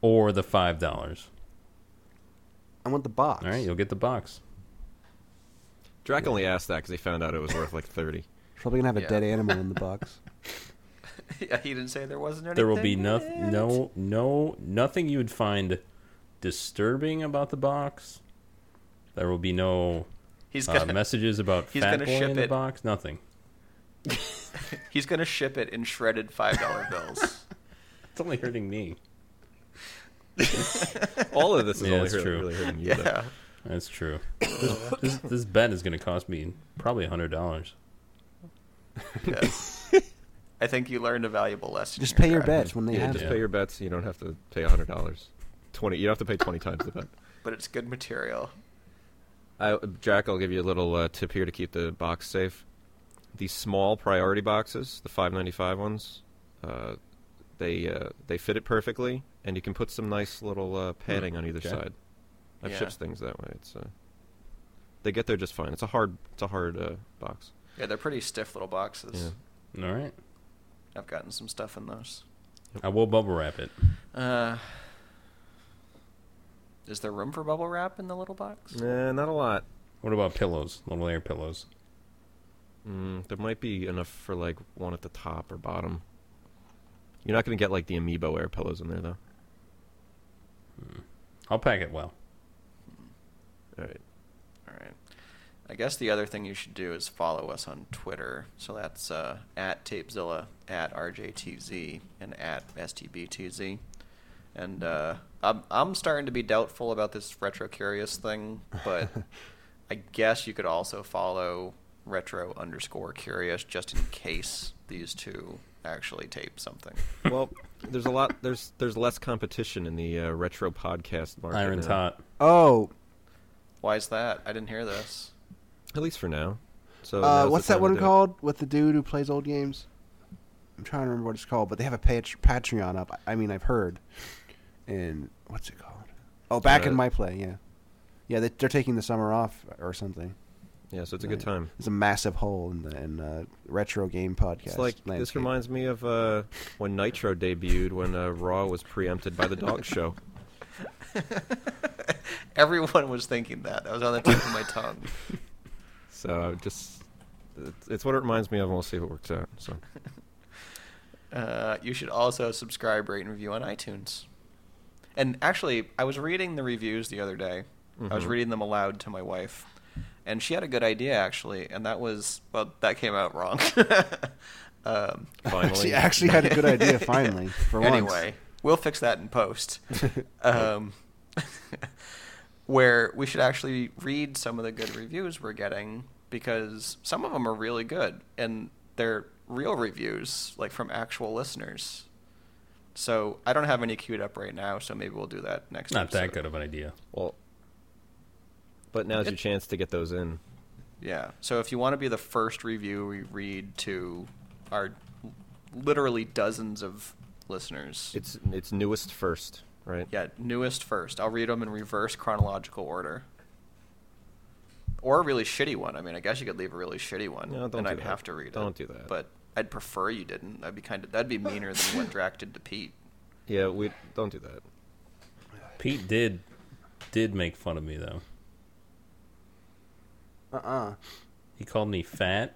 Speaker 4: or the five dollars?
Speaker 2: I want the box.
Speaker 4: All right, you'll get the box.
Speaker 1: Drac only asked that because he found out it was worth like 30.
Speaker 2: Probably gonna have a
Speaker 3: Yeah.
Speaker 2: dead animal in the
Speaker 4: *laughs*
Speaker 2: box.
Speaker 3: *laughs* Yeah, he didn't say there wasn't anything.
Speaker 4: There will be no,
Speaker 3: in it.
Speaker 4: no, no, nothing you would find disturbing about the box. There will be no
Speaker 3: He's
Speaker 4: uh,
Speaker 3: gonna
Speaker 4: messages about
Speaker 3: he's
Speaker 4: fat
Speaker 3: gonna
Speaker 4: boy
Speaker 3: ship
Speaker 4: in the
Speaker 3: it.
Speaker 4: box. Nothing.
Speaker 3: *laughs* he's gonna ship it in shredded five
Speaker 4: *laughs*
Speaker 3: dollar bills.
Speaker 4: It's only hurting me.
Speaker 1: All of this is
Speaker 4: Yeah,
Speaker 1: only
Speaker 4: that's
Speaker 1: really,
Speaker 4: true.
Speaker 1: really hurting you.
Speaker 3: *laughs*
Speaker 1: though.
Speaker 3: yeah,
Speaker 4: That's true. This, this, this bet is going to cost me probably a hundred dollars.
Speaker 3: yeah.
Speaker 4: *laughs*
Speaker 3: I think you learned a valuable lesson.
Speaker 2: Just
Speaker 3: here,
Speaker 2: pay your
Speaker 3: Brad.
Speaker 2: bets when they
Speaker 1: Yeah,
Speaker 2: have
Speaker 1: just
Speaker 2: it.
Speaker 1: pay your bets. You don't have to pay hundred dollars. Twenty. You don't have to pay twenty times the bet.
Speaker 3: But it's good material.
Speaker 1: I, Jack, I'll give you a little uh, tip here to keep the box safe. These small priority boxes, the 595 ones, uh, they uh, they fit it perfectly, and you can put some nice little uh, padding on either
Speaker 4: okay.
Speaker 1: side. I've
Speaker 3: Yeah.
Speaker 1: shipped things that way. It's uh, they get there just fine. It's a hard it's a hard uh, box.
Speaker 3: Yeah, they're pretty stiff little boxes.
Speaker 1: Yeah.
Speaker 4: All right,
Speaker 3: I've gotten some stuff in those.
Speaker 4: I will bubble wrap it.
Speaker 3: Uh, is there room for bubble wrap in the little box?
Speaker 1: Eh, not a lot.
Speaker 4: What about pillows? Little air pillows.
Speaker 1: Mm, there might be enough for like one at the top or bottom. You're not going to get like the amiibo air pillows in there though.
Speaker 4: I'll pack it well.
Speaker 1: All right.
Speaker 3: All right. I guess the other thing you should do is follow us on Twitter. So that's uh, at Tapezilla, at RJTZ, and at STBTZ. And uh, I'm, I'm starting to be doubtful about this Retro Curious thing, but I guess you could also follow Retro underscore Curious just in case these two actually tape something.
Speaker 1: well, there's a lot. There's there's less competition in the uh, retro podcast market.
Speaker 4: Iron's
Speaker 1: now.
Speaker 3: *laughs*
Speaker 4: hot.
Speaker 2: Oh,
Speaker 3: Why is that? I didn't hear this.
Speaker 1: At least for now. So now's
Speaker 2: uh,
Speaker 1: the
Speaker 2: what's that
Speaker 1: time to
Speaker 2: one
Speaker 1: do it.
Speaker 2: called with the dude who plays old games? I'm trying to remember what it's called, but they have a patr Patreon up. I mean, I've heard. And what's it called? Oh, back in
Speaker 1: Uh,
Speaker 2: my play. Yeah, yeah. They, they're taking the summer off or something.
Speaker 1: Yeah, so it's a good time.
Speaker 2: There's a massive hole in the in, uh, retro game podcast.
Speaker 1: It's like this
Speaker 2: landscape.
Speaker 1: reminds me of uh, when Nitro debuted when uh, Raw was preempted by the dog
Speaker 2: *laughs*
Speaker 1: show.
Speaker 3: *laughs* Everyone was thinking that. That was on the tip of my tongue. *laughs*
Speaker 1: So just it's, it's what it reminds me of. and We'll see if it works out.
Speaker 2: *laughs*
Speaker 1: So
Speaker 3: Uh, you should also subscribe, rate, and review on iTunes. And actually, I was reading the reviews the other day. I was
Speaker 1: Mhm.
Speaker 3: reading them aloud to my wife, and she had a good idea actually. And that was well, that came out wrong. *laughs* um,
Speaker 1: finally,
Speaker 2: She actually had a good
Speaker 3: *laughs*
Speaker 2: idea. Finally, for once.
Speaker 3: anyway, we'll fix that
Speaker 2: *laughs*
Speaker 3: in post. um, *laughs* where we should actually read some of the good reviews we're getting because some of them are really good and they're real reviews, like from actual listeners. So I don't have any queued up right now, so maybe we'll do that next.
Speaker 4: Not that
Speaker 3: episode.
Speaker 4: good of an idea.
Speaker 1: well, but now's your chance to get those in.
Speaker 3: Yeah. So if you want to be the first review we read to our literally dozens of listeners,
Speaker 1: It's it's newest first, right?
Speaker 3: yeah, newest first. I'll read them in reverse chronological order. Or a really shitty one. I mean, I guess you could leave a really shitty one,
Speaker 1: No, don't
Speaker 3: and
Speaker 1: do
Speaker 3: I'd
Speaker 1: that.
Speaker 3: have to read it.
Speaker 1: Don't do that.
Speaker 3: But I'd prefer you didn't. That'd be kind of that'd be meaner than what Drac did to Pete.
Speaker 1: Yeah, we don't do that.
Speaker 4: Pete did did make fun of me though.
Speaker 2: Uh uh
Speaker 4: He called me fat.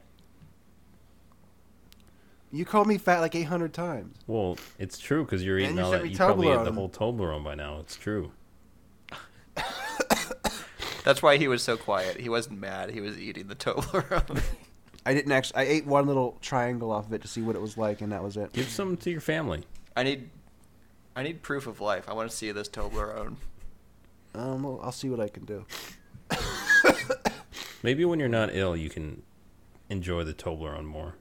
Speaker 2: You called me fat like 800 times.
Speaker 4: Well, it's true because you're
Speaker 2: And
Speaker 4: eating
Speaker 2: you
Speaker 4: all
Speaker 2: sent
Speaker 4: that.
Speaker 2: me
Speaker 4: You probably ate the
Speaker 2: Toblerone.
Speaker 4: whole Toblerone by now. It's true.
Speaker 3: That's why he was so quiet. He wasn't mad. He was eating the Toblerone. *laughs*
Speaker 2: I didn't actually. I ate one little triangle off of it to see what it was like, and that was it.
Speaker 4: Give some to your family.
Speaker 3: I need, I need proof of life. I want to see this Toblerone.
Speaker 2: Um, well, I'll see what I can do.
Speaker 4: Maybe when you're not ill, you can enjoy the Toblerone more.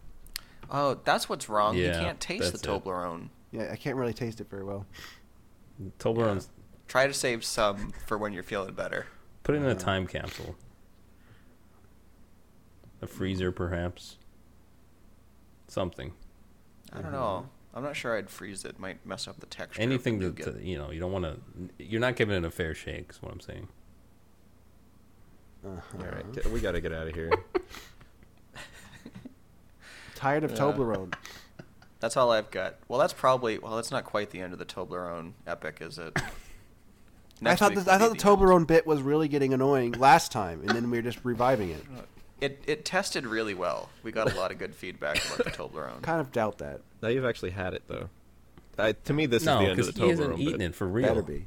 Speaker 3: Oh, that's what's wrong. you
Speaker 4: Yeah,
Speaker 3: can't taste the
Speaker 4: that's it.
Speaker 3: Toblerone.
Speaker 2: Yeah, I can't really taste it very well.
Speaker 4: Toblerone's
Speaker 3: Try to save some for when you're feeling better.
Speaker 4: put it in a time capsule, a freezer perhaps, something,
Speaker 3: I don't know. I'm not sure I'd freeze it. Might mess up the texture. of the
Speaker 4: anything that
Speaker 3: nougat.
Speaker 4: that, you know you don't want to. You're not giving it a fair shake. Is what I'm saying.
Speaker 1: All right,
Speaker 2: Uh-huh.
Speaker 1: get- we got to get out of
Speaker 2: *laughs*
Speaker 1: here.
Speaker 2: Tired of Toblerone.
Speaker 3: That's all I've got. Well, that's probably. Well, that's not quite the end of the Toblerone epic, is *laughs* it?
Speaker 2: I
Speaker 3: Next
Speaker 2: thought
Speaker 3: week
Speaker 2: this,
Speaker 3: will
Speaker 2: I
Speaker 3: be
Speaker 2: thought the
Speaker 3: end.
Speaker 2: Toblerone bit was really getting annoying last time, and then we were just reviving it.
Speaker 3: It it tested really well. We got a lot of good feedback about the Toblerone.
Speaker 2: Kind of doubt that.
Speaker 1: now you've actually had it though. I, to me, this is
Speaker 4: no,
Speaker 1: the end of
Speaker 4: because
Speaker 1: the
Speaker 4: he
Speaker 1: Toblerone.
Speaker 4: hasn't eaten
Speaker 1: bit.
Speaker 4: it for real.
Speaker 2: Better be.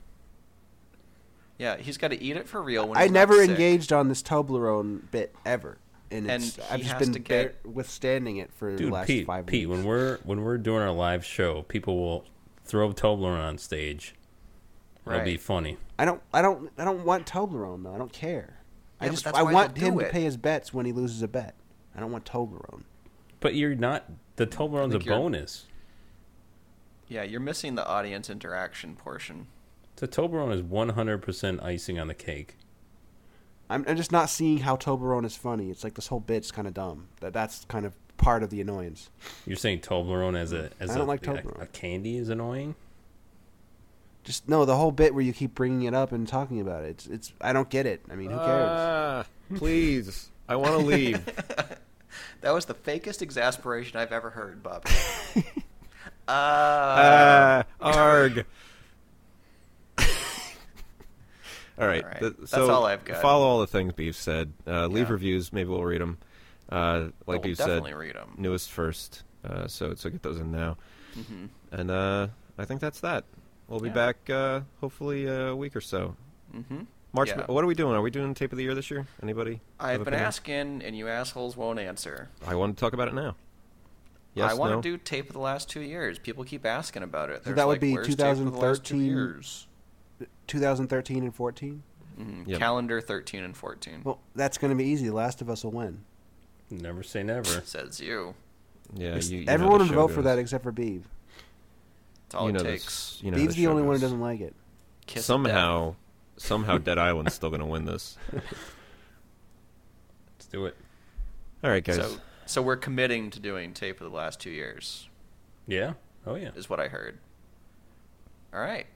Speaker 3: Yeah, he's got to eat it for real. When
Speaker 2: I
Speaker 3: he's not
Speaker 2: never
Speaker 3: sick.
Speaker 2: engaged on this Toblerone bit ever, and, it's,
Speaker 3: And
Speaker 2: I've
Speaker 3: he
Speaker 2: just
Speaker 3: has
Speaker 2: been
Speaker 3: to get-
Speaker 2: bear- withstanding it for
Speaker 4: Dude,
Speaker 2: the last
Speaker 4: Pete,
Speaker 2: five
Speaker 4: Pete,
Speaker 2: weeks.
Speaker 4: when we're when we're doing our live show, people will throw Toblerone on stage. It'll be
Speaker 3: Right.
Speaker 4: funny.
Speaker 2: I don't, I don't, I don't want Toblerone though. I don't care. I
Speaker 3: Yeah, but
Speaker 2: just,
Speaker 3: that's
Speaker 2: I
Speaker 3: why
Speaker 2: want
Speaker 3: they'll do
Speaker 2: him to
Speaker 3: it.
Speaker 2: pay his bets when he loses a bet. I don't want Toblerone.
Speaker 4: But you're not. The Toblerone's a
Speaker 3: think you're-
Speaker 4: bonus.
Speaker 3: Yeah, you're missing the audience interaction portion.
Speaker 4: The Toblerone is 100% icing on the cake.
Speaker 2: I'm, I'm just not seeing how Toblerone is funny. It's like this whole bit's kind of dumb. That that's kind of part of the annoyance.
Speaker 4: You're saying Toblerone as a as
Speaker 2: I don't
Speaker 4: a,
Speaker 2: like
Speaker 4: a-
Speaker 2: Toblerone.
Speaker 4: a candy is annoying.
Speaker 2: Just no, the whole bit where you keep bringing it up and talking about it. It's, it's I don't get it. I mean, who cares?
Speaker 3: Uh.
Speaker 1: Ah, please, I
Speaker 2: *laughs*
Speaker 1: want to leave.
Speaker 3: That was the fakest exasperation I've ever heard, *laughs* Bob. uh,
Speaker 1: Ah, arg. *laughs* all right.
Speaker 3: All right.
Speaker 1: th-
Speaker 3: That's
Speaker 1: so
Speaker 3: all I've got.
Speaker 1: Follow all the things Beef said. Uh, leave
Speaker 3: Yeah.
Speaker 1: reviews. Maybe we'll read them. Uh, like
Speaker 3: we'll
Speaker 1: Beef said,
Speaker 3: definitely read 'em.
Speaker 1: newest first. Uh, so so get those in now. And uh, I think that's that. We'll be
Speaker 3: Mm-hmm. Yeah.
Speaker 1: back uh, hopefully a week or so.
Speaker 3: Mhm.
Speaker 1: March.
Speaker 3: Yeah.
Speaker 1: What are we doing? Are we doing tape of the year this year? Anybody? have
Speaker 3: I've been
Speaker 1: opinion?
Speaker 3: asking, and you assholes won't answer.
Speaker 1: I want to talk about it now. Yes.
Speaker 3: I want
Speaker 1: no?
Speaker 3: to do tape of the last two years. People keep asking about it.
Speaker 2: So
Speaker 3: There's
Speaker 2: that would
Speaker 3: like,
Speaker 2: be
Speaker 3: "Where's tape of the last two
Speaker 2: 2013?
Speaker 3: years?"
Speaker 2: 2013 and 14.
Speaker 3: Mhm.
Speaker 1: Yep.
Speaker 3: Calendar 13 and 14
Speaker 2: Well, that's going to be easy. The Last of Us will win.
Speaker 4: Never say
Speaker 2: *laughs*
Speaker 4: never.
Speaker 3: says you.
Speaker 1: Yeah. You, you know
Speaker 2: Everyone
Speaker 1: the
Speaker 2: would
Speaker 1: show
Speaker 2: vote for
Speaker 1: goes.
Speaker 2: that except for Beebe.
Speaker 3: That's all
Speaker 1: you know
Speaker 3: it
Speaker 1: the
Speaker 3: takes.
Speaker 1: s- You know
Speaker 2: Beebe's the
Speaker 1: show
Speaker 2: only one who
Speaker 1: goes.
Speaker 2: doesn't like it.
Speaker 3: Kiss of
Speaker 1: somehow,
Speaker 2: *laughs*
Speaker 1: somehow Dead Island's still going to win this.
Speaker 4: Let's do it.
Speaker 1: All right,
Speaker 3: death.
Speaker 1: guys.
Speaker 3: So, so we're committing to doing tape of the last two years,
Speaker 4: Yeah. Oh yeah.
Speaker 3: is what I heard. All right,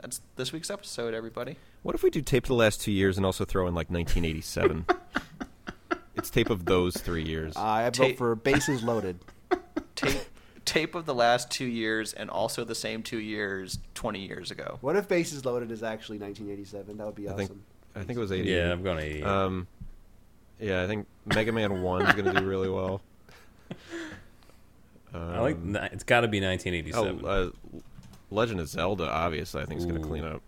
Speaker 3: that's this week's episode, everybody.
Speaker 1: what if we do tape of the last two years and also throw in like
Speaker 2: *laughs*
Speaker 1: 1987? it's tape of those three years.
Speaker 2: I vote
Speaker 3: Ta-
Speaker 2: for
Speaker 3: *laughs*
Speaker 2: bases loaded. *laughs*
Speaker 3: Tape tape of the last two years, and also the same two years 20 years ago.
Speaker 2: What if bases loaded is actually 1987? That would be
Speaker 1: I
Speaker 2: awesome.
Speaker 1: think I think it was 80.
Speaker 4: Yeah, I'm gonna. eat.
Speaker 1: Um, yeah, I think Mega Man One is going to do really
Speaker 4: *laughs*
Speaker 1: well.
Speaker 4: I like.
Speaker 1: Um,
Speaker 4: ni- It's got to be
Speaker 1: Oh,
Speaker 4: 1987.
Speaker 1: uh, Legend of Zelda, obviously, I think is going
Speaker 4: Ooh.
Speaker 1: to
Speaker 2: *laughs*
Speaker 1: clean up.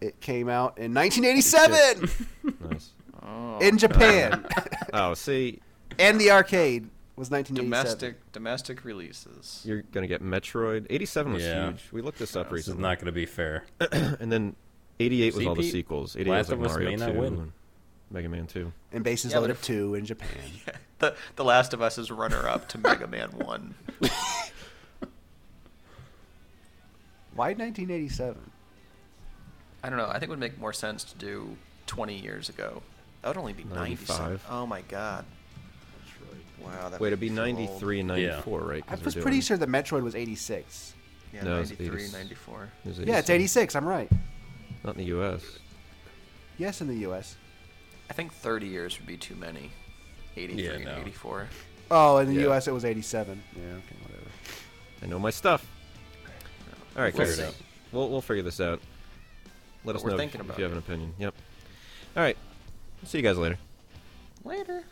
Speaker 2: It came out in 1987
Speaker 1: *laughs* Nice.
Speaker 3: Oh,
Speaker 2: in
Speaker 3: *laughs*
Speaker 2: Japan,
Speaker 1: Oh, see,
Speaker 2: and the arcade was 1987.
Speaker 3: domestic domestic releases.
Speaker 1: you're going to get Metroid. 87 was
Speaker 4: Yeah.
Speaker 1: huge. We looked this up
Speaker 4: this is
Speaker 1: recently.
Speaker 4: not gonna be fair.
Speaker 1: And then 88 was all the
Speaker 4: CP?
Speaker 1: sequels. 88
Speaker 4: Last
Speaker 1: was like
Speaker 4: of Us
Speaker 1: Mario
Speaker 4: may
Speaker 1: 2
Speaker 4: not win.
Speaker 1: and Mega Man 2.
Speaker 2: and bases
Speaker 3: Yeah, but
Speaker 2: loaded
Speaker 3: if- *laughs*
Speaker 2: two in Japan.
Speaker 3: The The Last of Us is runner up
Speaker 2: *laughs*
Speaker 3: to Mega Man One.
Speaker 2: Why 1987?
Speaker 3: I don't know. I think it would make more sense to do 20 years ago. That would only be 95.
Speaker 1: 95.
Speaker 3: Oh my god. Wow. That
Speaker 1: Wait,
Speaker 3: made
Speaker 1: it'd be
Speaker 3: me feel old.
Speaker 1: 93 and 94, right? 'Cause
Speaker 2: I
Speaker 1: we're
Speaker 2: was
Speaker 1: doing-
Speaker 2: pretty sure that Metroid was 86.
Speaker 3: Yeah,
Speaker 1: No, it's
Speaker 3: 93,
Speaker 1: 80s.
Speaker 3: 94.
Speaker 1: it was
Speaker 2: Yeah, it's 86. I'm right.
Speaker 1: Not in the U.S.
Speaker 2: Yes, in the U.S.
Speaker 6: I think 30 years would be too many. 83
Speaker 4: Yeah,
Speaker 6: and
Speaker 4: no.
Speaker 6: 84.
Speaker 2: Oh, in the
Speaker 1: Yeah.
Speaker 2: U.S. it was 87. Yeah, okay, whatever.
Speaker 1: I know my stuff. All right,
Speaker 4: We'll
Speaker 1: guys.
Speaker 4: figure it out.
Speaker 1: We'll, we'll figure this out. Let us
Speaker 6: we're
Speaker 1: know if-
Speaker 6: thinking
Speaker 1: if
Speaker 6: about
Speaker 1: you have an opinion. Yep. All right. See you guys later.
Speaker 6: Later.